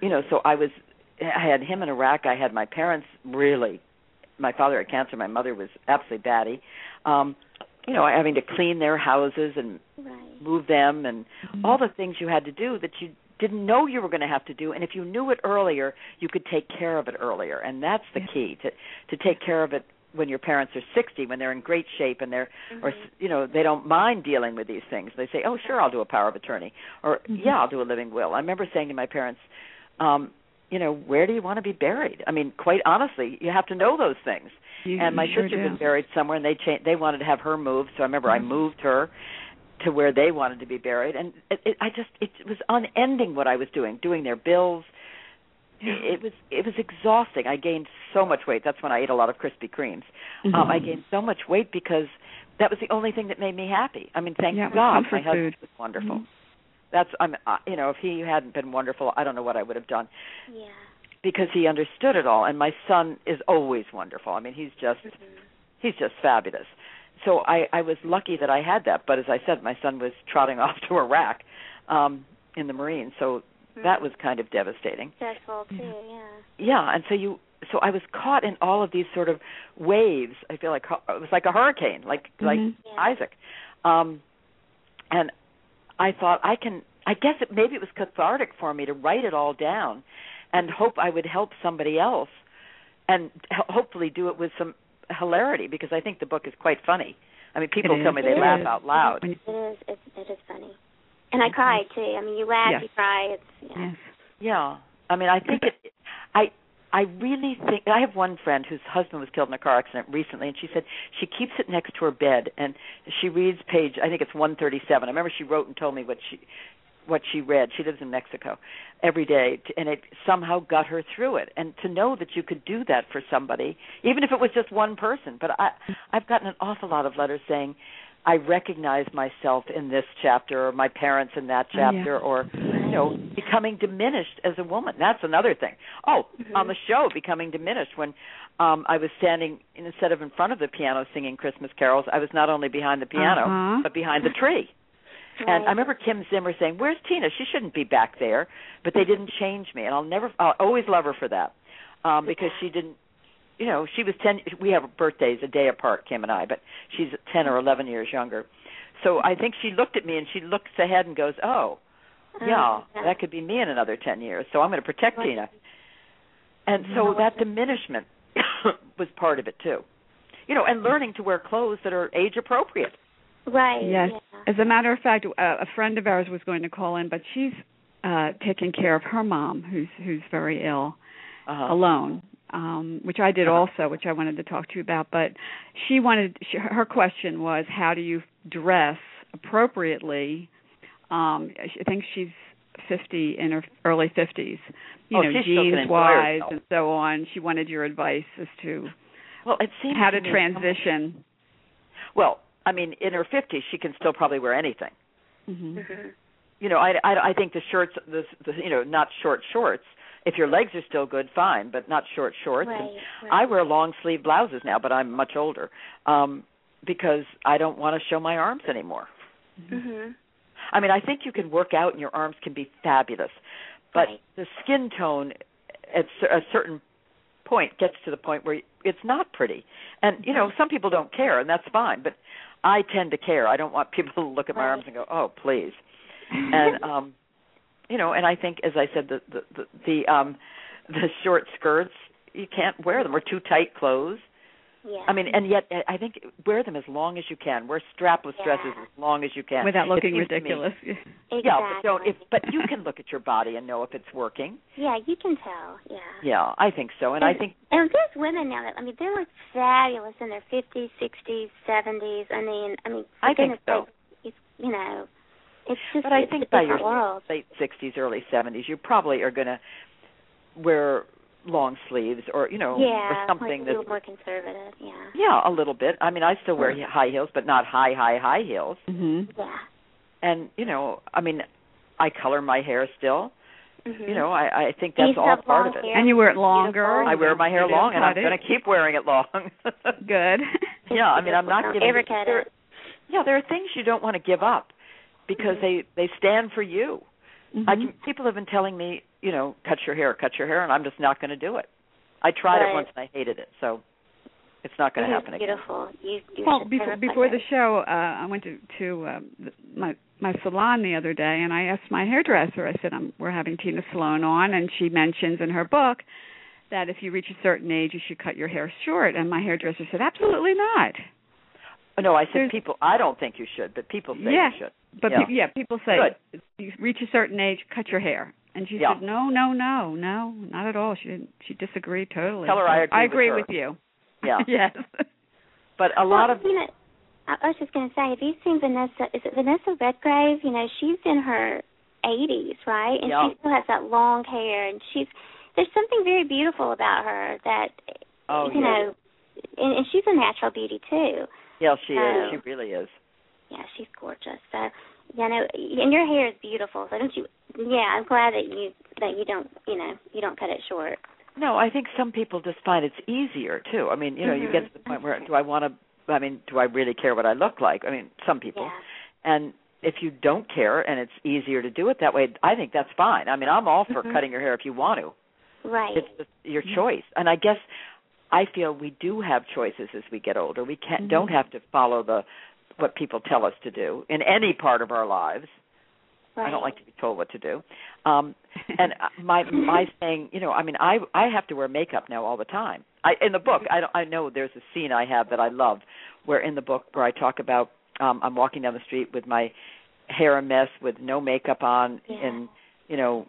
you know so I was I had him in Iraq I had my parents really my father had cancer my mother was absolutely batty um you know having to clean their houses and Right. move them and all the things you had to do that you didn't know you were going to have to do and if you knew it earlier you could take care of it earlier and that's the key to to take care of it when your parents are 60 when they're in great shape and they're or you know they don't mind dealing with these things they say oh sure I'll do a power of attorney or yeah I'll do a living will I remember saying to my parents um you know where do you want to be buried I mean quite honestly you have to know those things You, and my you sure sister do. was buried somewhere and they cha- they wanted to have her moved so i remember i Mm-hmm. moved her to where they wanted to be buried and it, it i just it was unending what i was doing doing their bills it was it was exhausting i gained so much weight that's when i ate a lot of krispy kremes Mm-hmm. um i gained so much weight because that was the only thing that made me happy i mean thank Yeah, it was god comfort my husband food. Mm-hmm. was wonderful that's i'm uh, you know if he hadn't been wonderful i don't know what i would have done Yeah. because he understood it all and my son is always wonderful i mean he's just he's just fabulous so i i was lucky that i had that but as i said my son was trotting off to iraq um in the marines so Mm-hmm. that was kind of devastating Stressful too. Yeah. yeah and so you so i was caught in all of these sort of waves i feel like hu- it was like a hurricane like like Mhm. Yeah. Isaac. Um and I thought I can I guess it maybe it was cathartic for me to write it all down and hope I would help somebody else and ho- hopefully do it with some hilarity because I think the book is quite funny. I mean people It tell is. me they It laugh is. out loud. When you- It is. It's, it is funny. And I Mm-hmm. cried too. I mean, you laugh, Yes. you cry. It's yeah. Yes. Yeah. I mean, I think it I I really think I have one friend whose husband was killed in a car accident recently and she said she keeps it next to her bed and she reads page I think it's 137. I remember she wrote and told me what she what she read. She lives in Mexico every day t- and it somehow got her through it. And to know that you could do that for somebody, even if it was just one person, but I I've gotten an awful lot of letters saying I recognize myself in this chapter or my parents in that Oh, yeah. chapter or you know, becoming diminished as a woman. That's another thing. Oh, on the show, becoming diminished when um I was standing instead of in front of the piano singing Christmas carols, I was not only behind the piano Uh-huh. but behind the tree. And I remember Kim Zimmer saying, "Where's Tina? She shouldn't be back there." But they didn't change me, and I'll never, I'll always love her for that, um, because she didn't. You know, she was ten. We have birthdays a day apart, Kim and I, but she's ten or eleven years younger. So I think she looked at me and she looks ahead and goes, "Oh, yeah, that could be me in another ten years. So I'm going to protect Uh, Right. Tina. And so that diminishment was part of it too. You know, Mm-hmm. and learning to wear clothes that are age appropriate. uh, Right. Yes. Yeah. As a matter of fact, a, a friend of ours was going to call in, but she's uh taking care of her mom who's who's very ill Uh-huh. alone. Um which I did also, which I wanted to talk to you about, but she wanted she, her question was how do you dress appropriately? Um I think she's 50 in her early 50s. You Oh, know, she's still gonna jeans enjoy wise herself. and so on. She wanted your advice as to Well, it seems how to me- transition. Well, I mean, in her 50s, she can still probably wear anything. hmm Mm-hmm. You know, I, I, I think the shorts, the, the you know, not short shorts. If your legs are still good, fine, but not short shorts. Right. And right. I wear long sleeve blouses now, but I'm much older um, because I don't want to show my arms anymore. Mm-hmm. Mhm. I mean, I think you can work out and your arms can be fabulous, but Right. the skin tone at cer- a certain point gets to the point where it's not pretty. And you know, some people don't care, and that's fine. But I tend to care. I don't want people to look at my Right. arms and go, "Oh, please." And um, you know, and I think, as I said, the the the, the um, the short skirts you can't wear them or too tight clothes. Yeah. I mean, and yet I- I think wear them as long as you can. Wear strapless Yeah. dresses as long as you can Without It looking seems to me- ridiculous. exactly. yeah, but don't. If, but you can look at your body and know if it's working. yeah, you can tell. Yeah. Yeah, I think so, and I think And there's women now that I mean they look fabulous in their fifties, sixties, seventies. I mean, I mean, for I think goodness so. sake, it's, you know, it's just But I it's think a by different your- world. late sixties, early seventies, you probably are going to wear long sleeves or you know yeah, or something like that's a little more conservative. Yeah. yeah a little bit. I mean, I still wear high heels, but not high high high Mm-hmm. heels. hmm Yeah. And you know, I mean, I color my hair still. hmm You know, I I think Do you that's still all have part long of it. hair? And you wear it longer. Beautiful. I wear my hair You long, and I'm cut it. going to keep wearing it long. Good. yeah, I mean, I'm not Don't giving. ever cut there, it. yeah, there are things you don't want to give up because Mm-hmm. they they stand for you. I can, people have been telling me, you know, cut your hair, cut your hair, and I'm just not going to do it. I tried Right. it once and I hated it, so it's not going to happen again. beautiful. You, you Well, should before, never cut before it. the show, uh, I went to to uh, th- my my salon the other day, and I asked my hairdresser. I said, i "We're having Tina Sloan on, and she mentions in her book that if you reach a certain age, you should cut your hair short." And my hairdresser said, "Absolutely not." Oh, No, I said There's- people. I don't think you should, but people say Yeah. you should. But Yeah. pe- yeah, people say you reach a certain age, cut your hair. And she Yeah. said, "No, no, no, no, not at all." She didn't. She disagreed totally. Tell her I I agree agree with with, you. Yeah, yes. but a lot Well, of you know, I I was just going to say, have you seen Vanessa? Is it Vanessa Redgrave? You know, she's in her 80s, right? And Yeah. she still has that long hair, and she's there's something very beautiful about her that oh you yeah, know, and, and she's a natural beauty too. yeah, she is. Oh. She really is. Yeah, she's gorgeous. So, you know, and your hair is beautiful. So don't you? Yeah, I'm glad that you that you don't you know you don't cut it short. No, I think some people just find it's easier too. I mean, you know, you Mhm. get to the point where do I want to? I mean, do I really care what I look like? I mean, some people. Yeah. And if you don't care and it's easier to do it that way, I think that's fine. I mean, I'm all for cutting your hair if you want to. Right. It's just your choice. And I guess I feel we do have choices as we get older. We can't don't have to follow the what people tell us to do in any part of our lives. right. I don't like to be told what to do. Um and uh, my my saying, you know, I mean, I I have to wear makeup now all the time. I in the book, I don't, I know there's a scene I have that I love, where in the book where I talk about um I'm walking down the street with my hair a mess, with no makeup on, Yeah. and you know,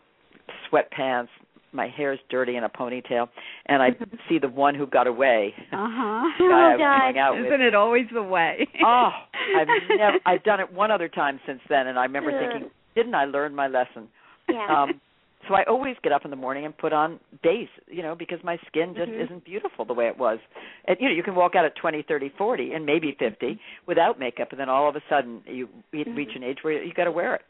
sweatpants. My hair's dirty in a ponytail, and I see the one who got away. Uh guy huh. I was Oh, God. hung out with. Isn't it always the way? Oh, I've never. I've done it one other time since then, and I remember Ugh. thinking, didn't I learn my lesson? Yeah. um so i always get up in the morning and put on base you know because my skin just Mm-hmm. Mhm. isn't beautiful the way it was and you know you can walk out at twenty, thirty, forty, and maybe Mm-hmm. 50 without makeup and then all of a sudden you re- Mhm. reach an age where you got to wear it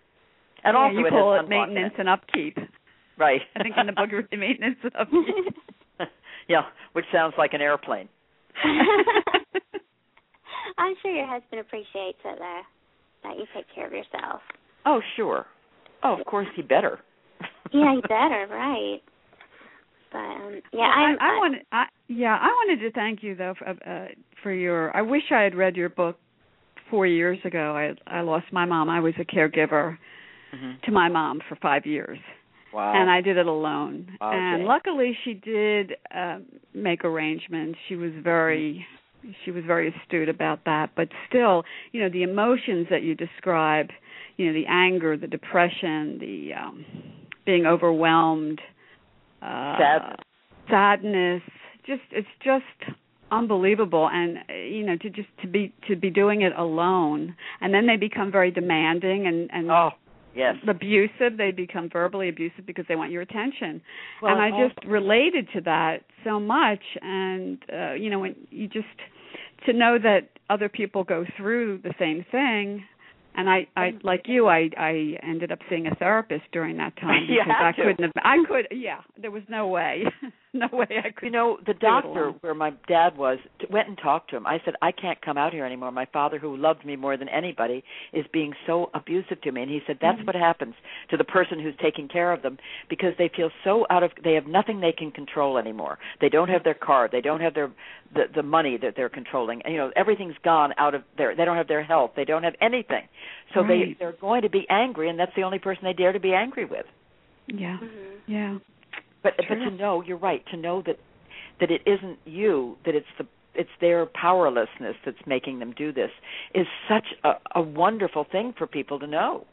and Mm-hmm. Yeah, also you it call has it sunblock in maintenance and upkeep. it. right I think in the book you wrote maintenance and upkeep. yeah which sounds like an airplane I'm sure your husband appreciates it though, that you take care of yourself. oh sure oh of course he better Yeah, you better, right. But um yeah, I, I'm I wanted, I, yeah, I wanted to thank you though for, uh, for your. I wish I had read your book four years ago. I I lost my mom. I was a caregiver Mhm. to my mom for five years, wow and I did it alone. Wow, And Jane. luckily, she did uh, make arrangements. She was very, she was very astute about that. But still, you know, the emotions that you describe, you know, the anger, the depression, the um, being overwhelmed, uh, Sadness. sadness. Just, it's just unbelievable and uh, you know to just to be to be doing it alone and then they become very demanding and and oh yes abusive. They become verbally abusive because they want your attention. Well, and I and also- just related to that so much. And uh, you know, when you just to know that other people go through the same thing. And I, I like you, I I ended up seeing a therapist during that time You because had I to. couldn't have. I could, yeah. There was no way, no way I could. You know, the it doctor alone. where my dad was t- went and talked to him. I said, I can't come out here anymore. My father, who loved me more than anybody, is being so abusive to me. And he said, That's Hmm. what happens to the person who's taking care of them because they feel so out of, they have nothing they can control anymore. They don't have their car. They don't have their, the, the money that they're controlling. And, you know, everything's gone out of their, they don't have their health. They don't have anything. So they, Right. they're going to be angry, and that's the only person they dare to be angry with yeah, Mm-hmm. mhm. yeah. but but True. to know you're right to know that that it isn't you that it's the it's their powerlessness that's making them do this is such a, a wonderful thing for people to know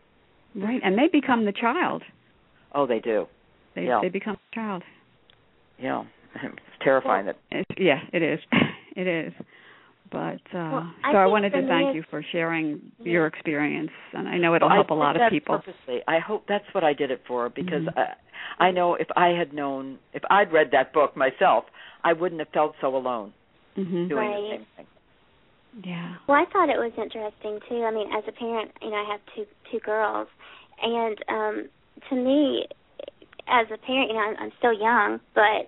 Right, and they become the child. oh they do They Yeah. they become the child. yeah it's terrifying that It's, yeah, it is. It is. But uh Well, I so I think wanted for to me thank it's- you for sharing your experience and I know it'll Well, I help a did lot of that people. Purposely. I hope that's what I did it for because Mhm. I, I know if I had known, if I'd read that book myself, I wouldn't have felt so alone Mhm. doing the Right. same thing. Yeah. Well, I thought it was interesting too. I mean, as a parent, you know, I have two two girls, and um to me, as a parent, you know, I'm, I'm still young, but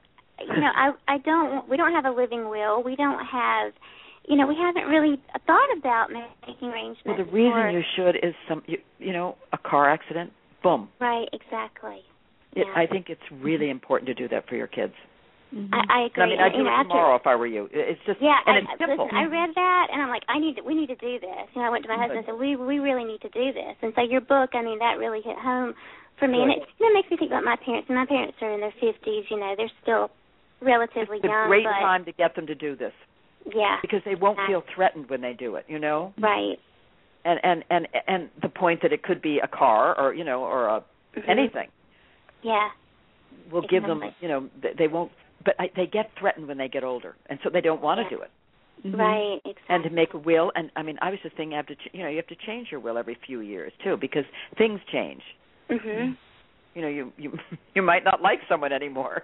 you know, I I don't. We don't have a living will. We don't have. You know, we haven't really thought about making arrangements. Well, the reason for- you should is some, you, you know, a car accident. Boom. right, exactly. It, Yeah. I think it's really Mm-hmm. important to do that for your kids. I, I agree. Mm-hmm. I mean, I'd you do know, it after- tomorrow if I were you. It- It's just Yeah, and I, it's I- simple. listen, I read that and I'm like, I need to, we need to do this. You know, I went to my husband and said, we we really need to do this. And so your book, I mean, that really hit home for me, and it, you know, it makes me think about my parents. And my parents are in their 50s. You know, they're still relatively it's a young, great but time to get them to do this yeah, because they won't feel threatened when they do it. You know, right. and and and and the point that it could be a car or you know or a Mhm. anything Yeah, will give them Exactly. you know th- they won't but I, they get threatened when they get older and so they don't want to Yeah. do it right. Exactly. Mm-hmm. and to make a will and i mean i was just thinking you have to ch- you know you have to change your will every few years too because things change Mhm. you know you you you might not like someone anymore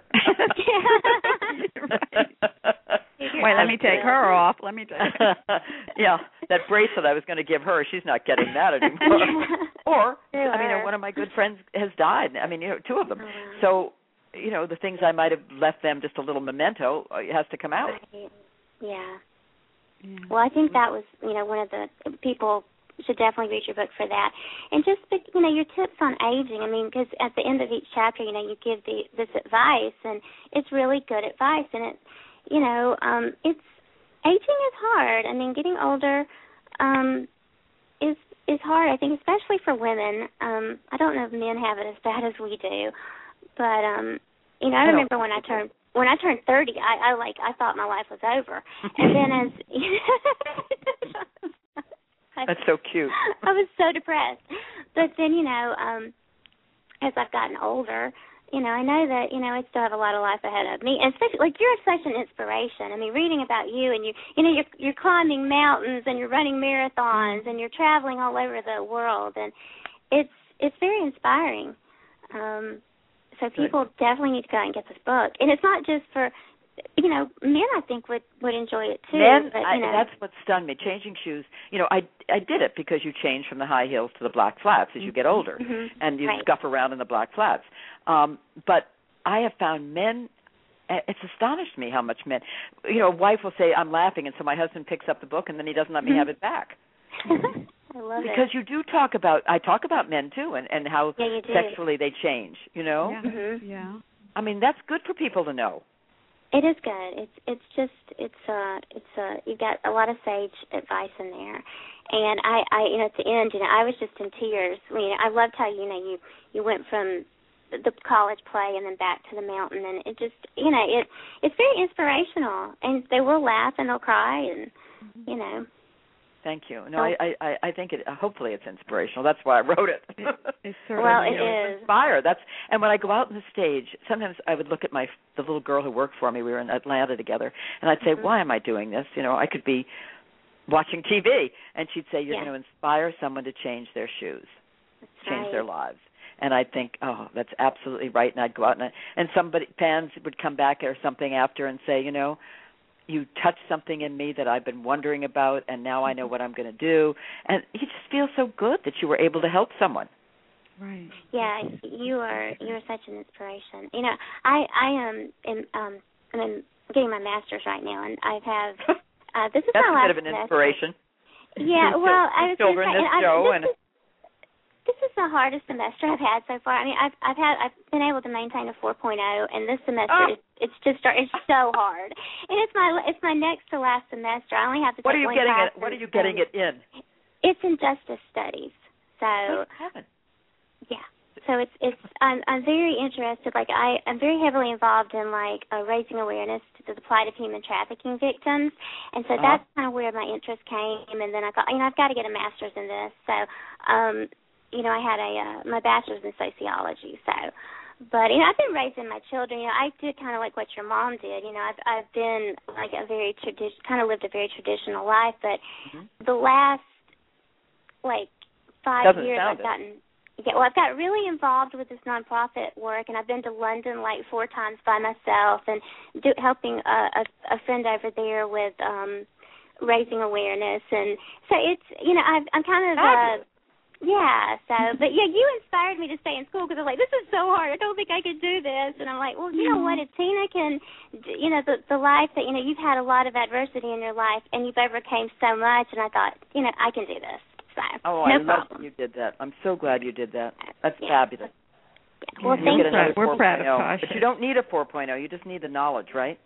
Wait, let me take her off. Let me take. Her. yeah that bracelet i was going to give her she's not getting that anymore or i mean one of my good friends has died i mean you know two of them so you know the things i might have left them just a little memento uh, has to come out Right. Yeah. Mm-hmm. Well, I think that was, you know, one of the people should definitely read your book for that. And just, be- you know, your tips on aging. I mean, because at the end of each chapter, you know, you give the this advice, and it's really good advice. And it, you know, um, it's aging is hard. I mean, getting older, um, is is hard. I think, especially for women. Um, I don't know if men have it as bad as we do, but um, you know, I I don't remember when I turned when I turned thirty, I, I like I thought my life was over, and then as I- that's so cute I was so depressed. But then, you know, um as I've gotten older, you know, I know that, you know, I still have a lot of life ahead of me. And especially like you're such an inspiration. I mean, reading about you and you you know, you're you're climbing mountains and you're running marathons and you're traveling all over the world and it's it's very inspiring. Um so people definitely need to go out and get this book. And it's not just for you know, men I think would would enjoy it too. Then but, you I, know, that's what stunned me. Changing shoes, you know, I I did it because you change from the high heels to the black flats as you get older, Mhm. and you Right. scuff around in the black flats. Um, but I have found men. eh, It's astonished me how much men, you know, a wife will say, "I'm laughing," and so my husband picks up the book, and then he doesn't let me have it back I Mm-hmm. love because you do talk about. I talk about men too, and and how it. Yeah, you do. sexually they change. You know, Yeah. Mhm. Yeah. I mean that's good for people to know. It is good. It's it's just it's uh it's uh you got a lot of sage advice in there, and I I you know at the end you know I was just in tears. I mean I loved how you know you you went from the the college play and then back to the mountain and it just you know it it's very inspirational and they will laugh and they'll cry and you know Thank you. Oh. No, I I I- I think it. Hopefully, it's inspirational. That's why I wrote it. It well certainly it is inspire. That's and when I go out on the stage, sometimes I would look at my the little girl who worked for me. We were in Atlanta together, and I'd say, Mm-hmm. "Why am I doing this? You know, I could be watching TV." And she'd say, "You're Yeah. going to inspire someone to change their shoes, That's change right. their lives." And I'd think, "Oh, that's absolutely right." And I'd go out and I, and somebody fans would come back or something after and say, "You know." You touched something in me that I've been wondering about, and now I know Mm-hmm. what I'm going to do. And you just feel so good that you were able to help someone. right. yeah you are you are such an inspiration you know i i am am um i'm getting my master's right now and i have uh this is That's my a last bit of an semester. inspiration. yeah Two well chil- i was two children, gonna say, this and I- Joe, and this, is, this is the hardest semester i've had so far i mean i've i've had i've been able to maintain a 4.0 and this semester Oh. is, it's just start- it's so hard and it's my it's my next to last semester i only have to what are take you one getting? class It, what are and- you getting it in? it's in justice studies so Thank heaven. yeah so it's it's i'm i'm very interested like i i'm very heavily involved in like uh, raising awareness to the plight of human trafficking victims and so Uh-huh. that's kind of where my interest came and then i thought you know i've got to get a master's in this so um you know i had a uh, my bachelor's in sociology so but you know i've been raising my children you know i did kind of like what your mom did you know i've i've been like a very tradition kind of lived a very traditional life but Mm-hmm. the last like 5 Doesn't years sound I've it. gotten yeah, well I've got really involved with this nonprofit work and I've been to London like four times by myself and do, helping a, a a friend over there with um raising awareness and so it's you know I've, I'm kind of uh, Yeah. So, but yeah, you inspired me to stay in school because I was like, this is so hard. I don't think I could do this. And I'm like, well, you know Mm-hmm. what? If Tina can, d- you know, the the life that you know you've had a lot of adversity in your life and you've overcame so much. And I thought, you know, I can do this. So, no Oh, I love that problem. you did that. I'm so glad you did that. That's Yeah. fabulous. Yeah. Well, You thank get you. another We're proud of 4.0. Tasha. But you don't need a 4.0. You just need the knowledge, right?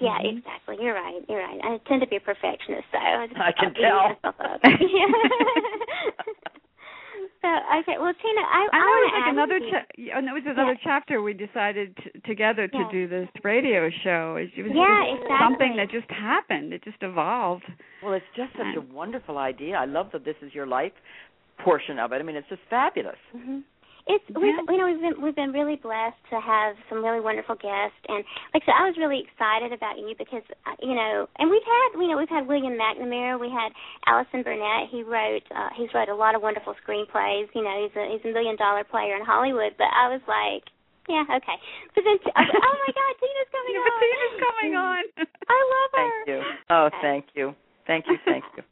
Yeah, exactly. You're right. You're right. I tend to be a perfectionist, so I, just I can beating tell. myself up. Yeah. so okay, well, Tina, I I know it want was to like another. you, Cha- yeah, and it was another chapter we decided t- together to Yeah. do this radio show. It was Yeah, just exactly. Oh something that just happened. It just evolved. Well, it's just such a Right. wonderful idea. I love that this is your life portion of it. I mean, it's just fabulous. Mhm. It's we Mm-hmm. Yeah. you know we've been we've been really blessed to have some really wonderful guests and like I said I was really excited about you because uh, you know and we've had you know we've had William McNamara we had Allison Burnett he wrote uh, he's wrote a lot of wonderful screenplays you know he's a he's a million dollar player in Hollywood but I was like yeah okay but then I was like, oh my God Tina's coming Yeah, on but Tina's coming on. I love her Thank you. Oh, Okay. thank you. Thank you. Thank you.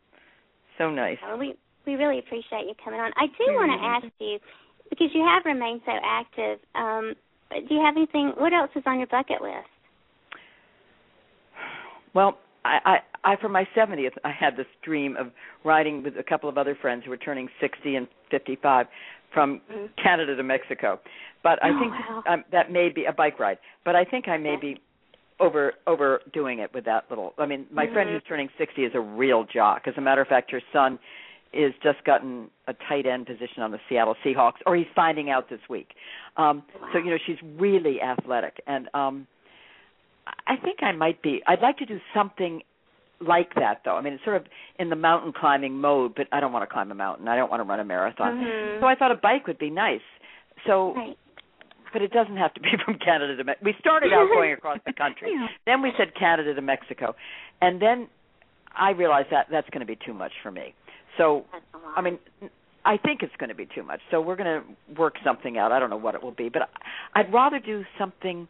So nice. Well, we we really appreciate you coming on. I do You're want to welcome. ask you because you have remained so active. Um, do you have anything? What else is on your bucket list? Well, I, I, I for my 70th, I had this dream of riding with a couple of other friends who were turning 60 and 55 from Canada to Mexico. But I Oh, think wow. um, that may be a bike ride. But I think I may Yeah. be over overdoing it with that little. I mean, my friend Mhm. who's turning 60 is a real jock. As a matter of fact, her son is just gotten a tight end position on the Seattle Seahawks, or he's finding out this week. Um, So you know she's really athletic, and um, I I think I might be. I'd like to do something like that, though. I mean, it's sort of in the mountain climbing mode, but I don't want to climb a mountain. I don't want to run a marathon. Mhm. So I thought a bike would be nice. So, Right. but it doesn't have to be from Canada to Mexico. We started out going across the country. Yeah. Then we said Canada to Mexico, and then I realized that that's going to be too much for me. So That's a lot. I mean, I think it's going to be too much. So we're going to work something out. I don't know what it will be, but I- I'd rather do something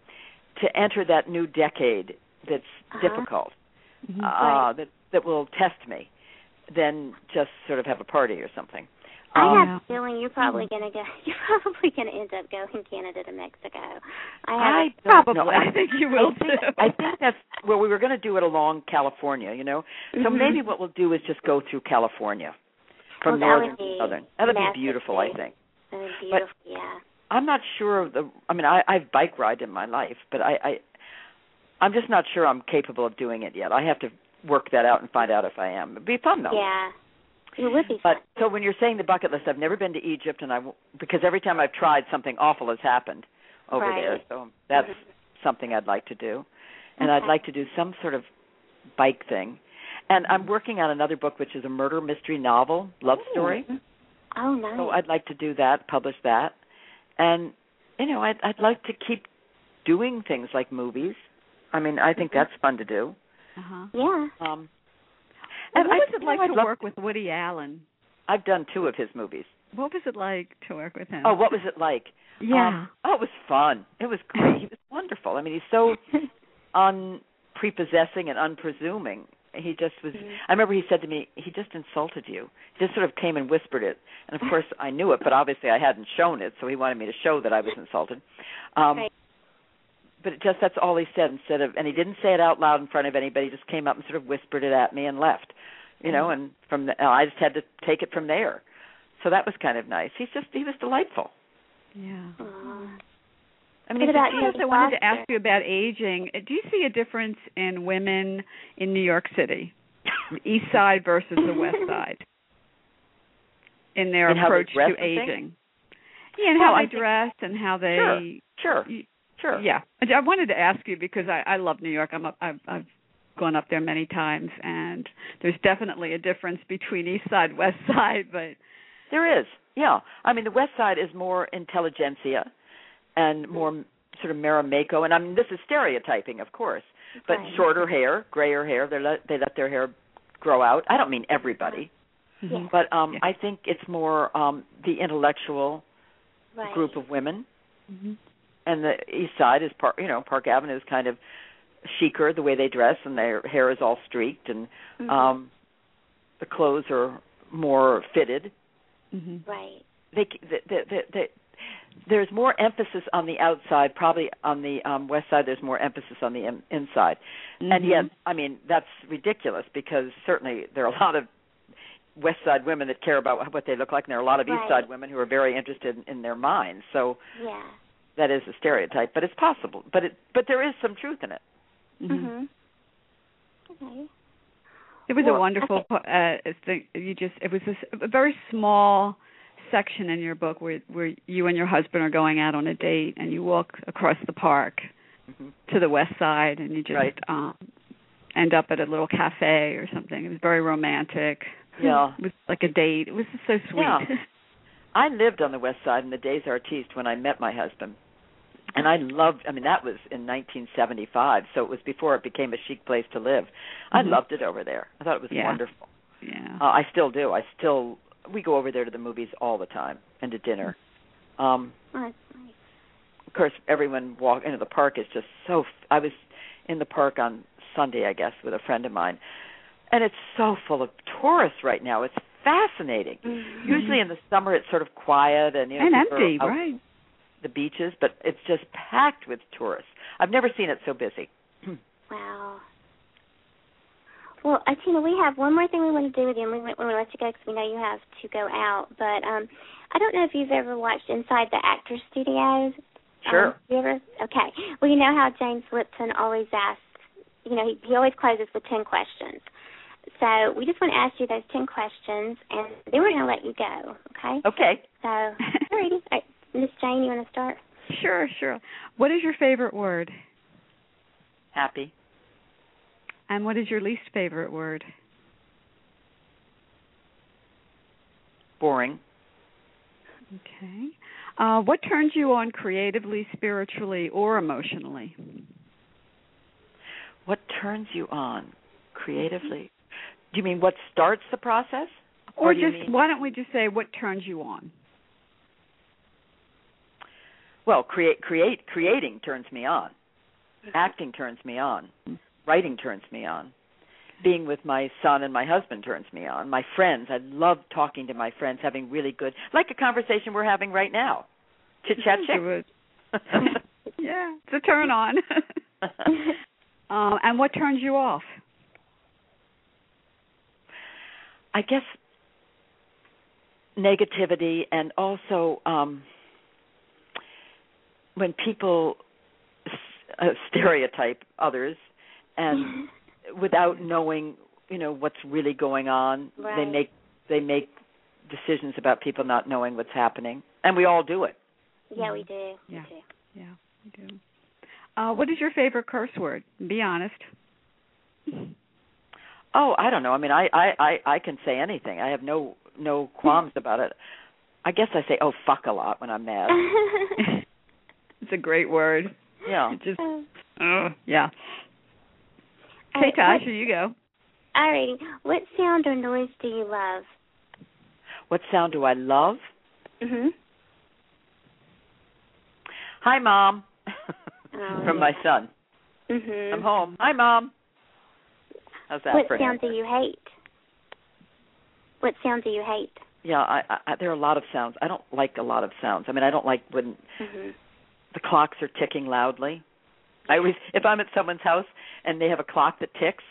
to enter that new decade that's Uh-huh. difficult, uh, Right. that that will test me, than just sort of have a party or something. I Um, have a feeling you're probably gonna go. You're probably gonna end up going Canada to Mexico. I have. I don't Probably. know. I think you will I think, too. I think that's well. We were going to do it along California, you know. So Mm-hmm. Mhm. maybe what we'll do is just go through California Well, from that northern would to be southern. That'd be massive beautiful, I too. think. Really but- beautiful. yeah. I'm not sure of the. I mean, I, I've bike ride in my life, but I, I, I'm just not sure I'm capable of doing it yet. I have to work that out and find out if I am. It'd be fun though. Yeah. It would be But fun. so when you're saying the bucket list, I've never been to Egypt, and I w- because every time I've tried, something awful has happened over Right. there. So that's Mhm. something I'd like to do, and Okay. I'd like to do some sort of bike thing. And I'm Mm-hmm. working on another book, which is a murder mystery novel, love story. Oh, nice. So I'd like to do that, publish that, and you know, I'd I'd like to keep doing things like movies. I mean, I Mm-hmm. think that's fun to do. Uh-huh. yeah. Um, And and what I was just it like I'd to love- work with Woody Allen? I've done two of his movies. What was it like to work with him? Oh, what was it like? yeah. Um, oh, it was fun. It was great. he was wonderful. I mean, he's so unprepossessing and unpresuming. He just was. I remember he said to me, "He just insulted you." He just sort of came and whispered it, and of course I knew it, but obviously I hadn't shown it, so he wanted me to show that I was insulted. Um, Right. But it just that's all he said instead of, and he didn't say it out loud in front of anybody. He just came up and sort of whispered it at me and left. You know, and from the, and I just had to take it from there. So that was kind of nice. He's just he was delightful. Yeah. Aw. I What mean, he's about just- I Jodie also wanted to Foster? ask you about aging. Uh, Do you see a difference in women in New York City, the East Side versus the West Side, in their In how they approach dress to and things? aging? Yeah, and Well, how I they think- dress and how they. Sure, y- sure. Yeah, And I wanted to ask you because I, I love New York. I'm up, I've, I've gone up there many times, and there's definitely a difference between East Side West Side, but There is. Yeah. I mean, the West Side is more intelligentsia and more sort of Marimako. And I mean, this is stereotyping, of course, but Right. shorter hair, grayer hair. They let they let their hair grow out. I don't mean everybody, Yeah. but um Yeah. I think it's more um the intellectual Right. group of women, Mm-hmm. Mhm. and the East Side is Park. You know, Park Avenue is kind of chicer the way they dress, and their hair is Mm-hmm. all streaked, and Mhm. um the clothes are more fitted hmm Right. they the, the, the, the, there's more emphasis on the outside probably on the um west side there's more emphasis on the in, inside Mm-hmm. and yet i mean that's ridiculous because certainly there are a lot of west side women that care about what they look like and there are a lot of east Right. side women who are very interested in, in their minds so Yeah. that is a stereotype but it's possible but it but there is some truth in it Mm-hmm. Mm-hmm. hmm Mm-hmm. Okay. It was a Well, wonderful po- uh thing. You just it was a s- a very small section in your book where where you and your husband are going out on a date and you walk across the park Mhm. to the west side and you just Right. um end up at a little cafe or something. It was very romantic. yeah It was like a date. It was just so sweet. Yeah. I lived on the west side in the days artiste when I met my husband. And I loved I mean that was in 1975, so it was before it became a chic place to live. I Mhm. loved it over there. I thought it was Yeah. wonderful. Yeah. Uh, I still do. I still we go over there to the movies all the time and to dinner. Um Oh, that's nice. of course everyone walk into the park is just so f- I was in the park on Sunday, I guess, with a friend of mine. And it's so full of tourists right now. It's fascinating. Usually in the summer it's sort of quiet and you know Mm-hmm. and people are empty, out right? the beaches, but it's just packed with tourists. I've never seen it so busy. Wow. Well, uh, Tina, we have one more thing we want to do with you, and we want we want to let you go because we know you have to go out. But um, I don't know if you've ever watched Inside the Actors Studios. Um, Sure. you ever? Okay. Well, you know how James Lipton always asks. You know, he he always closes with ten questions. So we just want to ask you those ten questions, and then we're going to let you go. Okay. Okay. So, alrighty. All right, Miss Jane, you want to start? Sure, sure. What is your favorite word? Happy. And what is your least favorite word? Boring. Okay. Uh, what turns you on creatively, spiritually, or emotionally? What turns you on creatively? Do you mean what starts the process? Or, Or do you just mean- why don't we just say what turns you on? Well, create create creating turns me on. Acting turns me on. Writing turns me on. Being with my son and my husband turns me on. My friends, I love talking to my friends, having really good like a conversation we're having right now. Chit chat It was- yeah, it's a turn on. chat. um, and what turns you off? I guess negativity and also um when people s- uh, stereotype others and without knowing you know what's really going on they Right. make they make decisions about people not knowing what's happening and we all do it Yeah, we do. Yeah. We do. Yeah, we do. Uh, what is your favorite curse word? Be honest. oh i don't know i mean i i i, I can say anything i have no no qualms about it i guess i say oh fuck a lot when i'm mad it's a great word. yeah It just, Um, uh, yeah. all Okay, right, Tasha, what- you go. Alrighty. What sound or noise do you love? what sound do i love Mhm. Mm-hmm. Hi, mom. Oh, From yeah. my son. Mhm. I'm home. Hi, mom. How's that What for sound do answer? you hate? What sound do you hate? Yeah, I, I, I, there are a lot of sounds. I don't like a lot of sounds. I mean, I don't like when Mhm. the clocks are ticking loudly. I always, if I'm at someone's house and they have a clock that ticks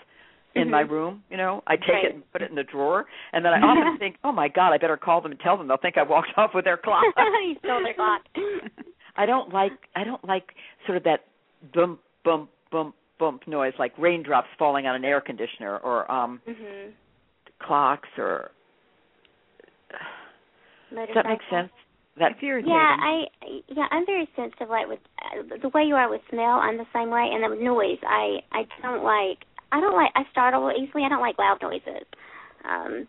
in my room, you know, I take Mm-hmm. Right. it and put it in the drawer, and then I often think, oh my god, I better call them and tell them. They'll think I walked off with their clock. you stole their clock. I don't like I don't like sort of that bump bump bump bump noise like raindrops falling on an air conditioner or um Mhm. clocks or does that make Motorcycle. sense? That It's irritating. Yeah, I yeah, I'm very sensitive. Like with uh, the way you are with smell, I'm the same way, and the noise. I I don't like. I don't like. I startle easily. I don't like loud noises. Um,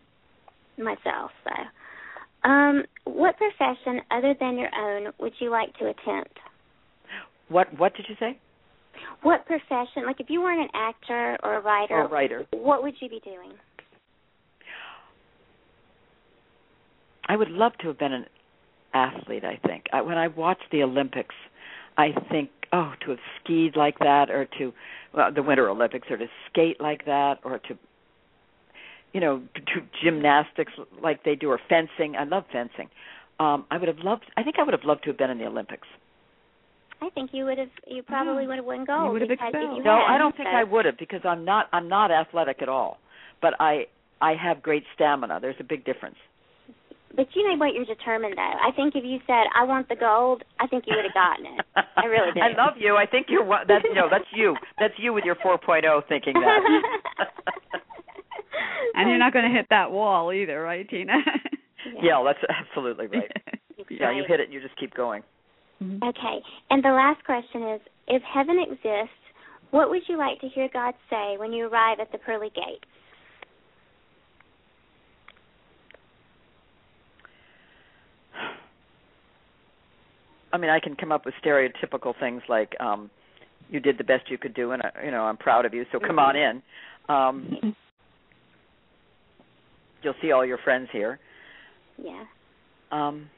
myself. So, um, what profession other than your own would you like to attempt? what what did you say? What profession? Like if you weren't an actor or a writer, Or writer. what would you be doing? I would love to have been an athlete, I think. I, when I watch the Olympics, I think, oh, to have skied like that or to well, the Winter Olympics or to skate like that or to you know, to do gymnastics like they do or fencing. I love fencing. Um, I would have loved. I think I would have loved to have been in the Olympics. I think you would have. You probably would have won gold. Hmm. You would have because if excelled. you No, had, I don't think so- I would have because I'm not. I'm not athletic at all. But I I have great stamina. There's a big difference. But you know what? You're determined, though. I think if you said, "I want the gold," I think you would have gotten it. I really do. I love you. I think you're one. That's you know. That's you. That's you with your 4.0 thinking that. And you're not going to hit that wall either, right, Tina? yeah, that's absolutely right. Yeah, you hit it. You just keep going. Okay. And the last question is: If heaven exists, what would you like to hear God say when you arrive at the pearly gates? I mean, I can come up with stereotypical things like um you did the best you could do and uh, you know, I'm proud of you, so come on Mm-hmm. in. Um you'll see all your friends here. Yeah. Um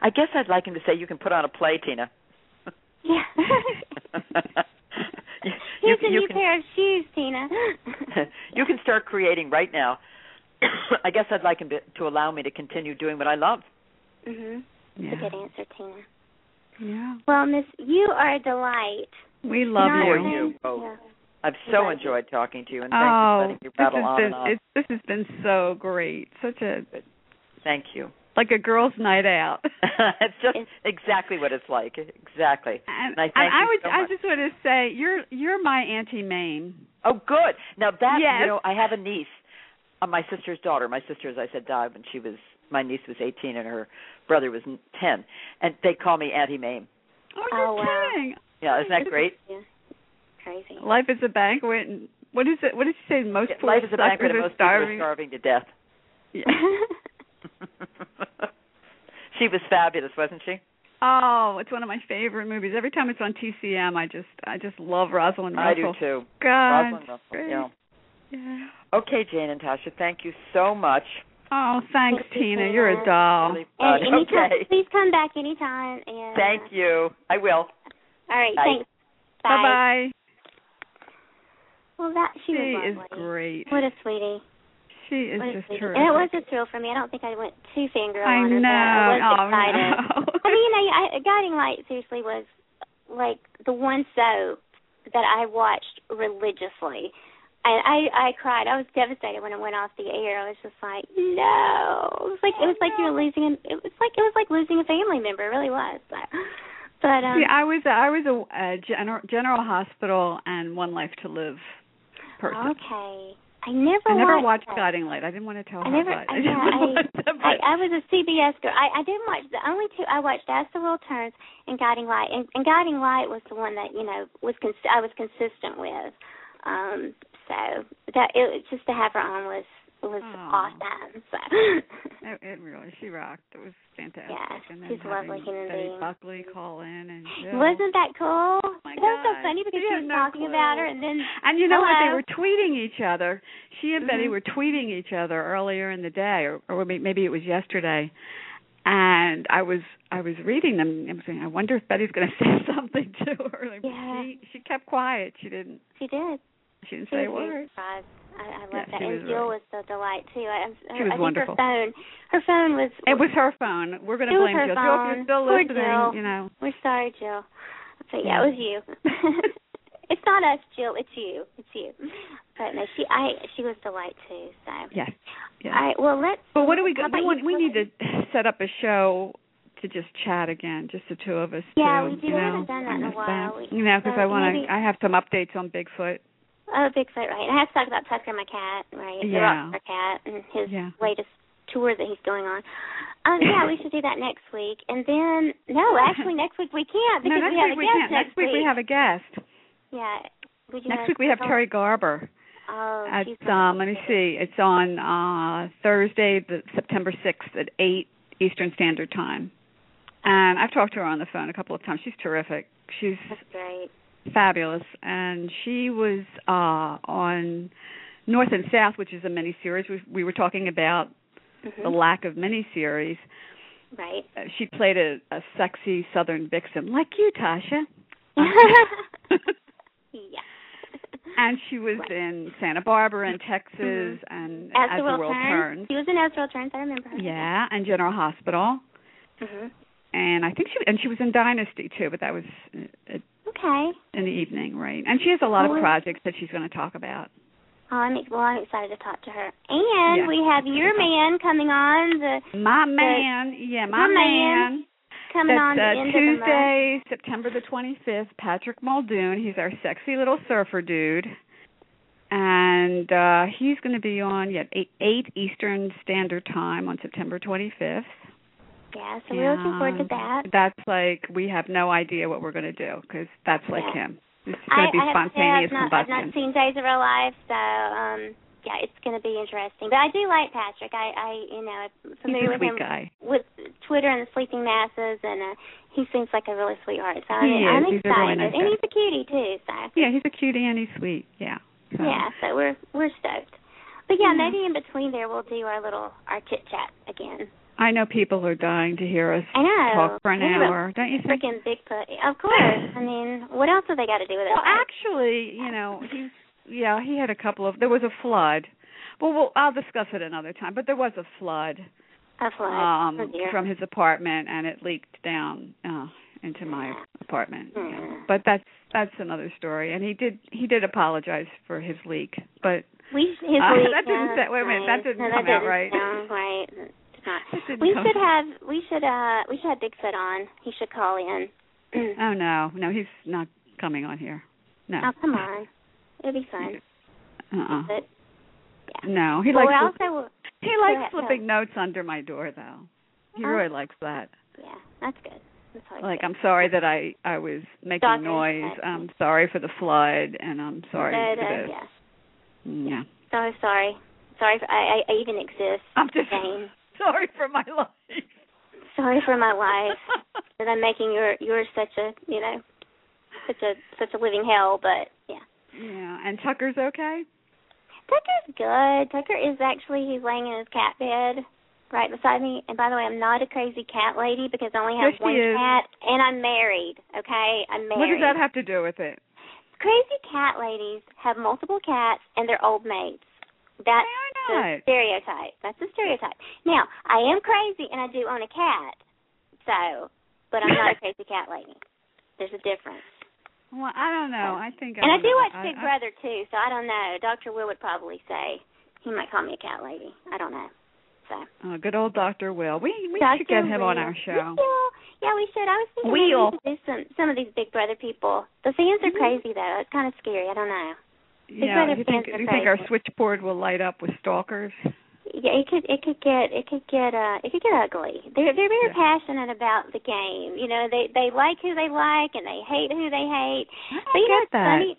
I guess I'd like him to say you can put on a play, Tina. Yeah. you, you Here's can- a you new can pair of shoes, Tina. you can start creating right now. I guess I'd like him to, to allow me to continue doing what I love. Mhm. yeah. That's a Good answer, Tina. Yeah. Well, Miss, you are a delight. We love Not For you. you both. Yeah. I've so enjoyed talking to you, and thank you for Oh, letting me this rattle has on been and on. it's, this has been so great. Such a Thank you. like a girls' night out. it's just It's- exactly what it's like. Exactly. And, And I thank and I you would so I much. just want to say you're you're my auntie Mame. Oh, good. Now that Yes. you know, I have a niece, uh, my sister's daughter. My sister, as I said, died when she was my niece was 18 and her brother was 10, and they call me Auntie Mame. Oh, Oh, you're wow. kidding. Yeah, isn't that great? Yeah. Crazy. Life is a banquet. And what is it? What did you say? Most poor Life is a suckers banquet, and are most starving. people are starving to death. Yeah. she was fabulous, wasn't she? Oh, it's one of my favorite movies. Every time it's on TCM, I just I just love Rosalind I Russell. do too. God, Rosalind Russell, Uh, great. yeah. yeah. Okay, Jane and Tasha, thank you so much. Oh, thanks, Thank you, Tina. Tina. You're a doll. Really fun. And anytime, Uh, okay. please come back anytime. And uh, Thank you. I will. All right. Bye. Thanks. Bye bye. Well, that She she was is lovely. great. What a sweetie. She is what a just sweetie. terrific. And it was a thrill for me. I don't think I went too fangirl I on know. her, but I was oh, excited. no. I mean, you know, I, Guiding Light seriously was like the one soap that I watched religiously. And I I cried. I was devastated when it went off the air. I was just like, no. It was like Oh, it was like you were losing. An, it was like it was like losing a family member. It really was. But, but um, See, I was I was a, a general, general Hospital and One Life to Live person. okay. I never. I never watched watched that. Guiding Light. I didn't want to tell I her, never- but I- I didn't yeah, want to, I, but I was a CBS girl. I, I didn't watch the only two I watched As the World Turns and Guiding Light, and, and Guiding Light was the one that you know was cons- I was consistent with. Um, so that it was- just to have her on was was Aw. awesome. So it, it really she rocked. It was fantastic. Yeah, and then she's a lovely having human Betty being. Buckley call in and Jill. wasn't that cool? Oh my that was so God. funny because You she had was no talking clue. about her, and then And you know what? They Hello. were tweeting each other. She and Betty Mhm. were tweeting each other earlier in the day, or, or may- maybe it was yesterday. And I was I was reading them. and I'm saying, I wonder if Betty's going to say something to her. Like, but Yeah. She she kept quiet. She didn't she did. she didn't She say a was word. very surprised. I, I love Yeah, that. she and was Jill really- was so delight too. I, I'm- I, She was I think wonderful. her phone, her phone was. It was her phone. We're going It to was blame her Jill. Jill, if phone. you're still Poor listening, Jill. you know. We're sorry, Jill. But yeah, it was you. it's not us, Jill. It's you. It's you. But no, she I she was the light too. So Yes. Yes. all right. Well, let's. But what do we how go? about We, want, you we go need to ahead? set up a show to just chat again, just the two of us. Yeah, too, we do. You We know, haven't done that I in a miss while. that. You We- know, because so I want maybe- to. I have some updates on Bigfoot. Oh, Bigfoot, right? And I have to talk about Tucker, my cat, right? The Yeah. Rockstar cat and his Yeah. latest tour that he's going on. Um, yeah, we should do that next week. And then no, actually next week we can't no, because next we have week we a guest can't. Next week we have a guest. Yeah. Would you Next guys week we have tell- Terry Garber. Oh, At she's um, let me wonderful. see. It's on uh Thursday, the September sixth at eight Eastern Standard Time. And I've talked to her on the phone a couple of times. She's terrific. She's That's great. fabulous and she was uh on north and south which is a mini series we, we were talking about the Mhm. lack of mini series Right. she played a, a sexy southern vixen like you tasha yeah. and she was in Santa Barbara and Texas and Mm-hmm. As, the world, turns. She was in As the World Turns. I remember her. Yeah, and General Hospital, hmm and I think she and she was in Dynasty too, but that was uh, Okay. in the evening, right? And she has a lot of Well- projects that she's going to talk about. Oh, I'm ex- well. I'm excited to talk to her. And Yeah. we have your man coming on the My man, yeah, my, My Man. coming on That's the uh, end of the month. Tuesday, September the 25th. Patrick Muldoon, he's our sexy little surfer dude. And uh he's going to be on yeah, 8, 8 Eastern Standard Time on September 25th. Yeah, so we're looking forward to And that. That's like we have no idea what we're going to do cuz that's like Yeah. him. It's I, going to be I have to say spontaneous I've not, I've combustion. not seen Days of Our Lives, so um, yeah, it's going to be interesting. But I do like Patrick. I, I you know, I'm he's a familiar with sweet him guy. with Twitter and the Sleeping Masses, and uh, he seems like a really sweetheart. So He I'm, I'm is. He's a excited, really nice and guy. he's a cutie too. So Yeah, he's a cutie and he's sweet. Yeah. So, yeah, so we're we're stoked. But yeah, maybe in between there we'll do our little our chit chat again. I know people are dying to hear us I know. talk for an Think about hour, don't you think? Freaking Bigfoot. Of course. I mean, what else have they got to do with it? Well, actually, you know, he's yeah, he had a couple of. There was a flood. Well, well, I'll discuss it another time. But there was a flood a flood. um Oh, dear. from his apartment, and it leaked down uh, into my apartment. you know. Hmm. But that's that's another story. And he did he did apologize for his leak, but We should- his Uh, week, that didn't yeah, sa- wait a minute, that's that didn't nice. no, come that out didn't right. Sound right. It's not. It didn't We come- should have we should uh we should have Bigfoot on. He should call in. oh no, no, he's not coming on here. No. Oh come on, it'd be fun. Uh-uh. But yeah. No, he But likes we're to- also he ahead, likes no. slipping notes under my door though. He Oh. really likes that. yeah, that's good. That's always like good. I'm sorry that I I was making Doctor, noise. okay. I'm sorry for the flood, and I'm sorry But, for uh, this. yeah. Yeah, So sorry, sorry. For, I, I I even exist. I'm just Jane. sorry for my life. Sorry for my life that I'm making your yours such a you know such a such a living hell. But yeah. yeah, and Tucker's okay. Tucker's good. Tucker is actually he's laying in his cat bed right beside me. And by the way, I'm not a crazy cat lady because I only have Yes, she one is. cat and I'm married. Okay, I'm married. What does that have to do with it? Crazy cat ladies have multiple cats and they're old maids. That's They are the not. stereotype. That's a stereotype. Now, I am crazy and I do own a cat. So, but I'm not a crazy cat lady. There's a difference. Well, I don't know. I think. And I don't do know. watch I- Big I- Brother too, so I don't know. Doctor Will would probably say he might call me a cat lady. I don't know. So Oh, good old Doctor Will. We we Dr. should get him on Will. our We show. should. yeah, we should. I was thinking maybe Wheel. we could do some some of these Big Brother people. The fans are crazy though. It's kind of scary. I don't know. Yeah, Brother you think fans are you think our crazy. switchboard will light up with stalkers? Yeah, it could it could get it could get uh it could get ugly. They're they're very Yeah. passionate about the game. You know, they they like who they like and they hate who they hate. I But you know, get it's that. funny.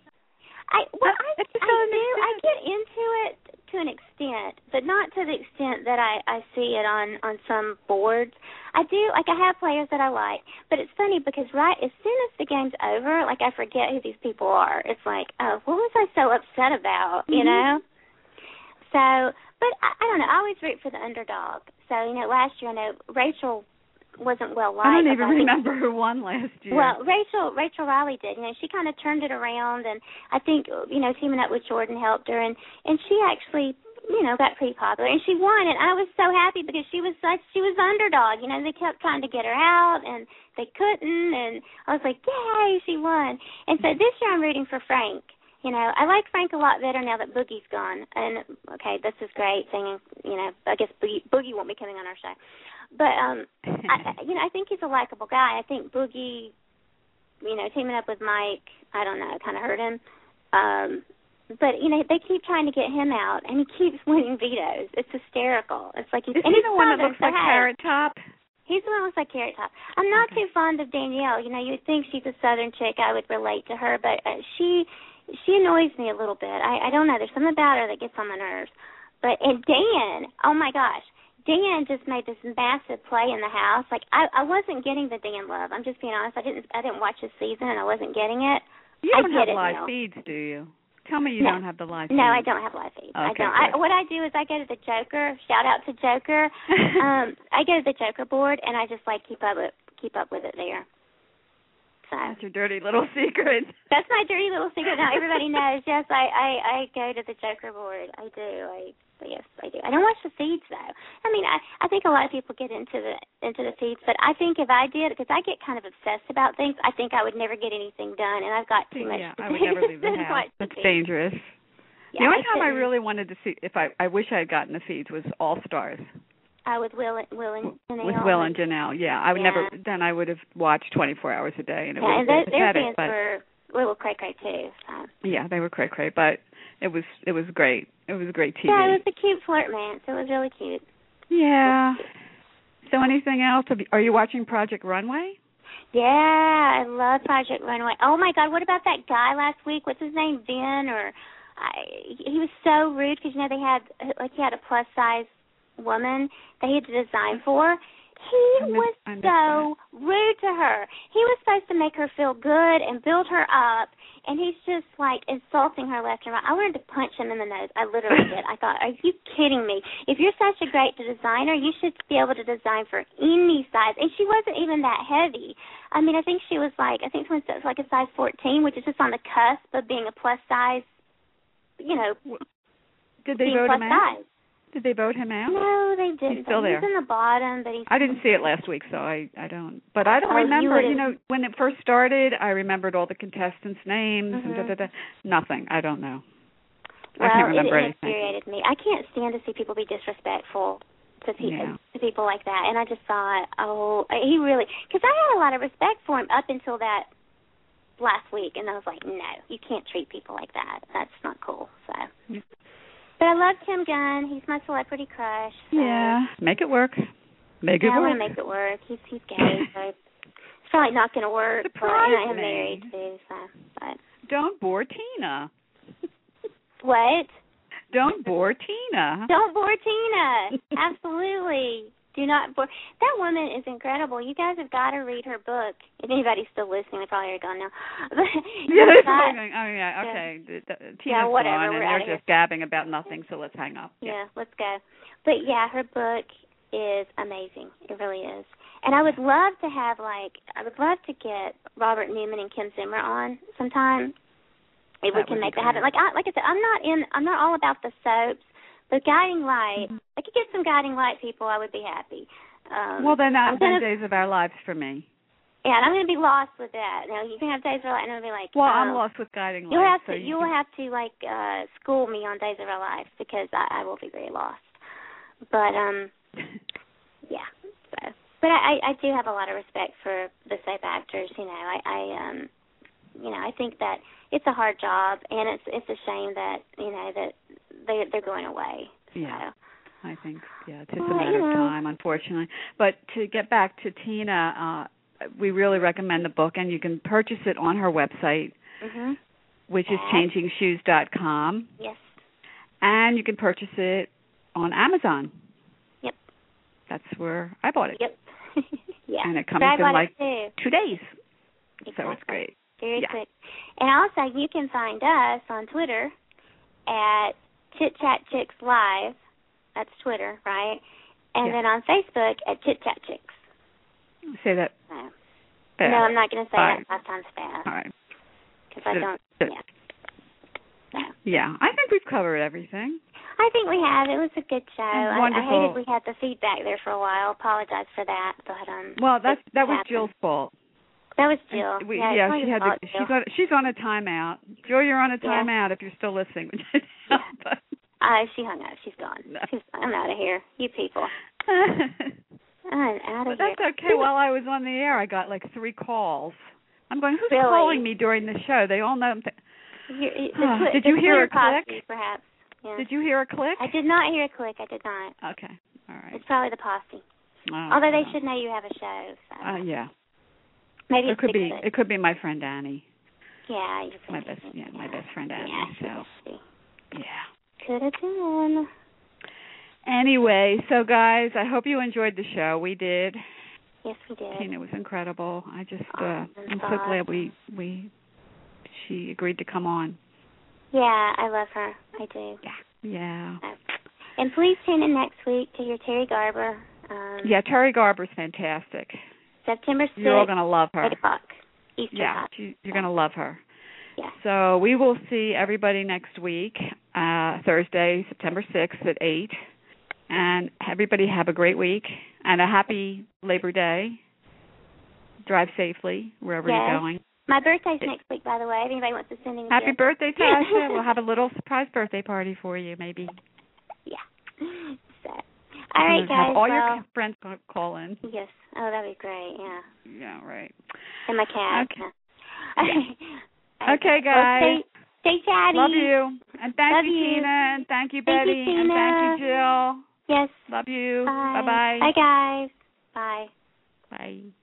I well, Uh, I, it's to I some do. I extent. get into it to an extent, but not to the extent that I I see it on on some boards. I do like I have players that I like, but it's funny because right as soon as the game's over, like I forget who these people are. It's like, oh, what was I so upset about? Mm-hmm. You know. So, but I, I don't know. I always root for the underdog. So you know, last year I know Rachel wasn't well I liked. don't even but think- remember who won last year. well, Rachel Rachel Riley did. You know, she kind of turned it around, and I think you know teaming up with Jordan helped her, and and she actually you know got pretty popular, and she won, and I was so happy because she was such she was the underdog. You know, they kept trying to get her out, and they couldn't, and I was like, yay, she won. And so this year I'm rooting for Frank. You know, I like Frank a lot better now that Boogie's gone. And okay, this is great singing. You know, I guess Boogie, Boogie won't be coming on our show, but um, I, I- you know, I think he's a likable guy. I think Boogie, you know, teaming up with Mike, I don't know, kind of hurt him. Um, but you know, they keep trying to get him out, and he keeps winning vetoes. It's hysterical. It's like he's Is and he the he's one that looks Southern, so like hey, Carrot Top? He's the one that looks like Carrot Top. I'm not Okay. too fond of Danielle. You know, you'd think she's a Southern chick. I would relate to her, but uh, she she annoys me a little bit. I I don't know. There's something about her that gets on my nerves. But and Dan, oh my gosh, Dan just made this massive play in the house. Like I I wasn't getting the Dan love. I'm just being honest. I didn't I didn't watch his season and I wasn't getting it. You I don't have get it live now. feeds, do you? Tell me you No. don't have the live No, I feeds. don't have live feeds. I Okay, don't. I, good. what I do is I go to the Joker. Shout out to Joker. um I go to the Joker board and I just like keep up with keep up with it there. So That's your dirty little secret. that's my dirty little secret. Now everybody knows. Yes, I I I go to the Joker board. I do. I yes, I do. I don't watch the feeds though. I mean, I I think a lot of people get into the into the feeds, but I think if I did, because I get kind of obsessed about things, I think I would never get anything done, and I've got too much. yeah, to I would do never leave the to house. watch the That's feeds. dangerous. the Yeah, only time I couldn't- really wanted to see if I I wish I had gotten the feeds was All Stars uh, with Will and Will and Janelle. with Will and Janelle. Yeah, I would Yeah. never. Then I would have watched 24 hours a day, and it Yeah, would and have those, been their pathetic. fans But were little cray cray too. So. yeah, they were cray cray, but it was it was great. It was great TV. Yeah, it was a cute flirt man. So it was really cute. Yeah. So anything else? Have you- Are you watching Project Runway? Yeah, I love Project Runway. Oh my God, what about that guy last week? What's his name, Ben? Or I, he was so rude because you know they had like he had a plus size woman that he had to design for. He I missed- was I missed so rude to her. He was supposed to make her feel good and build her up, and he's just like insulting her left and right. I wanted to punch him in the nose. I literally did. I thought, are you kidding me? If you're such a great designer, you should be able to design for any size. And she wasn't even that heavy. I mean, I think she was like, I think someone said it was like a size 14, which is just on the cusp of being a plus size, you know, Did they being vote plus him out? size. Did they vote him out? No, they didn't. still He's there. in the bottom, but he's I didn't see it last week, so I I don't. But I don't Oh, you remember. You, would've- know, when it first started, I remembered all the contestants' names and da Mhm. da da. Nothing. I don't know. Well, I can't remember it, it anything. infuriated me. I can't stand to see people be disrespectful to people Yeah. to people like that. And I just thought, oh, he really, because I had a lot of respect for him up until that last week, and I was like, no, you can't treat people like that. That's not cool. So, Yeah. but I love Tim Gunn. He's my celebrity crush. So Yeah. Make it work. Make it yeah, I work. want to make it work. He's he's gay, so it's probably not going to work. but, you know, I am married Surprising. too, so but Don't bore Tina. what? Don't bore Tina. Don't bore Tina. Absolutely. Do not bore. That woman is incredible. You guys have got to read her book. If anybody's still listening, they're probably already gone now. But Yeah, you've that's what got- I'm going, oh yeah, okay. The, the, Tina's whatever, gone, and we're they're outta here. just gabbing about nothing, so let's hang up. yeah, let's go. But yeah, her book is amazing. It really is. And I would love to have like I would love to get Robert Newman and Kim Zimmer on sometime. If we That can would be make that happen. great. Like I like I said, I'm not in I'm not all about the soaps, but guiding light. I could get some guiding light people, I would be happy. Mm-hmm. Um Well, then, uh, I'm then gonna- days of our lives for me. Yeah, and I'm gonna be lost with that. Now you can have days where like, and I'll be like, Well, oh. I'm lost with guiding lights. You'll have so to you you'll can- have to like uh school me on days of our lives because I, I will be very lost. But um, yeah. So, but I I I do have a lot of respect for the soap actors. You know, I I um, you know, I think that it's a hard job and it's it's a shame that you know that they they're going away. Yeah, So. I think yeah, it's just a Well, matter you of know. time, unfortunately. But to get back to Tina, uh, we really recommend the book, and you can purchase it on her website, Mhm. which is At- changingshoes.com, Yes. and you can purchase it on Amazon. Yep. That's where I bought it. Yep. yeah. And it comes But I in bought like it too. two days, so it's Exactly. great. very Yeah. quick. And also, you can find us on Twitter at Chit Chat Chicks Live. That's Twitter, right? And Yeah. then on Facebook at Chit Chat Chicks. Say that. So, fast. No, I'm not going to say Fine. that five times fast All right. because I Good. don't. Good. Yeah. So, Yeah, I think we've covered everything. I think we have. It was a good show. I, I Wonderful. hated we had the feedback there for a while. Apologize for that, but um. Well, that's it that was happened. Jill's fault. That was And Jill. we- yeah, it's she my had. fault, To, Jill. she's on. She's on a timeout. Jill, you're on a Yeah. timeout if you're still listening. But- Uh, she hung up. She's gone. No. She's, I'm out of here. You people. I'm out but of here. that's okay. While I was on the air, I got like three calls. I'm going. Who's Really? calling me during the show? They all know. I'm th- You- you- Huh. the twi- Did the you hear a Twitter posse, click? Perhaps. Yeah. Did you hear a click? I did not hear a click. I did not. Okay. All right. It's probably the posse. Oh, Although they well. should know you have a show. So Uh, yeah. maybe It it's could be. Bigfoot. It could be my friend Annie. yeah, you My best. Yeah, my best friend Annie. So yeah. could have been. Anyway, so guys, I hope you enjoyed the show. We did. Yes, we did. Tina was incredible. I just uh Awesome I'm so thought. glad we we she agreed to come on. Yeah, I love her. I do. Yeah. So. And please tune in next week to hear Terry Garber. Um, Yeah, Terry Garber's fantastic. September 6th, You're all gonna love her. 8 o'clock. Easter yeah, time. she, you're going to love her. Yeah. So we will see everybody next week, uh, Thursday, September 6th at 8. And everybody have a great week and a happy Labor Day. Drive safely wherever Yes. you're going. My birthday's next week, by the way. If anybody wants to send me a Happy gift. birthday, Tasha. we'll have a little surprise birthday party for you, maybe. Yeah. So, all right, And Have guys. all well, your friends ca- call in. yes. Oh, that'd be great. Yeah. Yeah, right. And my cat. Okay. yeah. Okay, guys. Well, stay, stay chatty. Love you. And thank Love you, you. Tina. And thank you, Thank you, Betty. and thank you, Jill. Yes. Love you. Bye. Bye-bye. Bye, guys. Bye. Bye.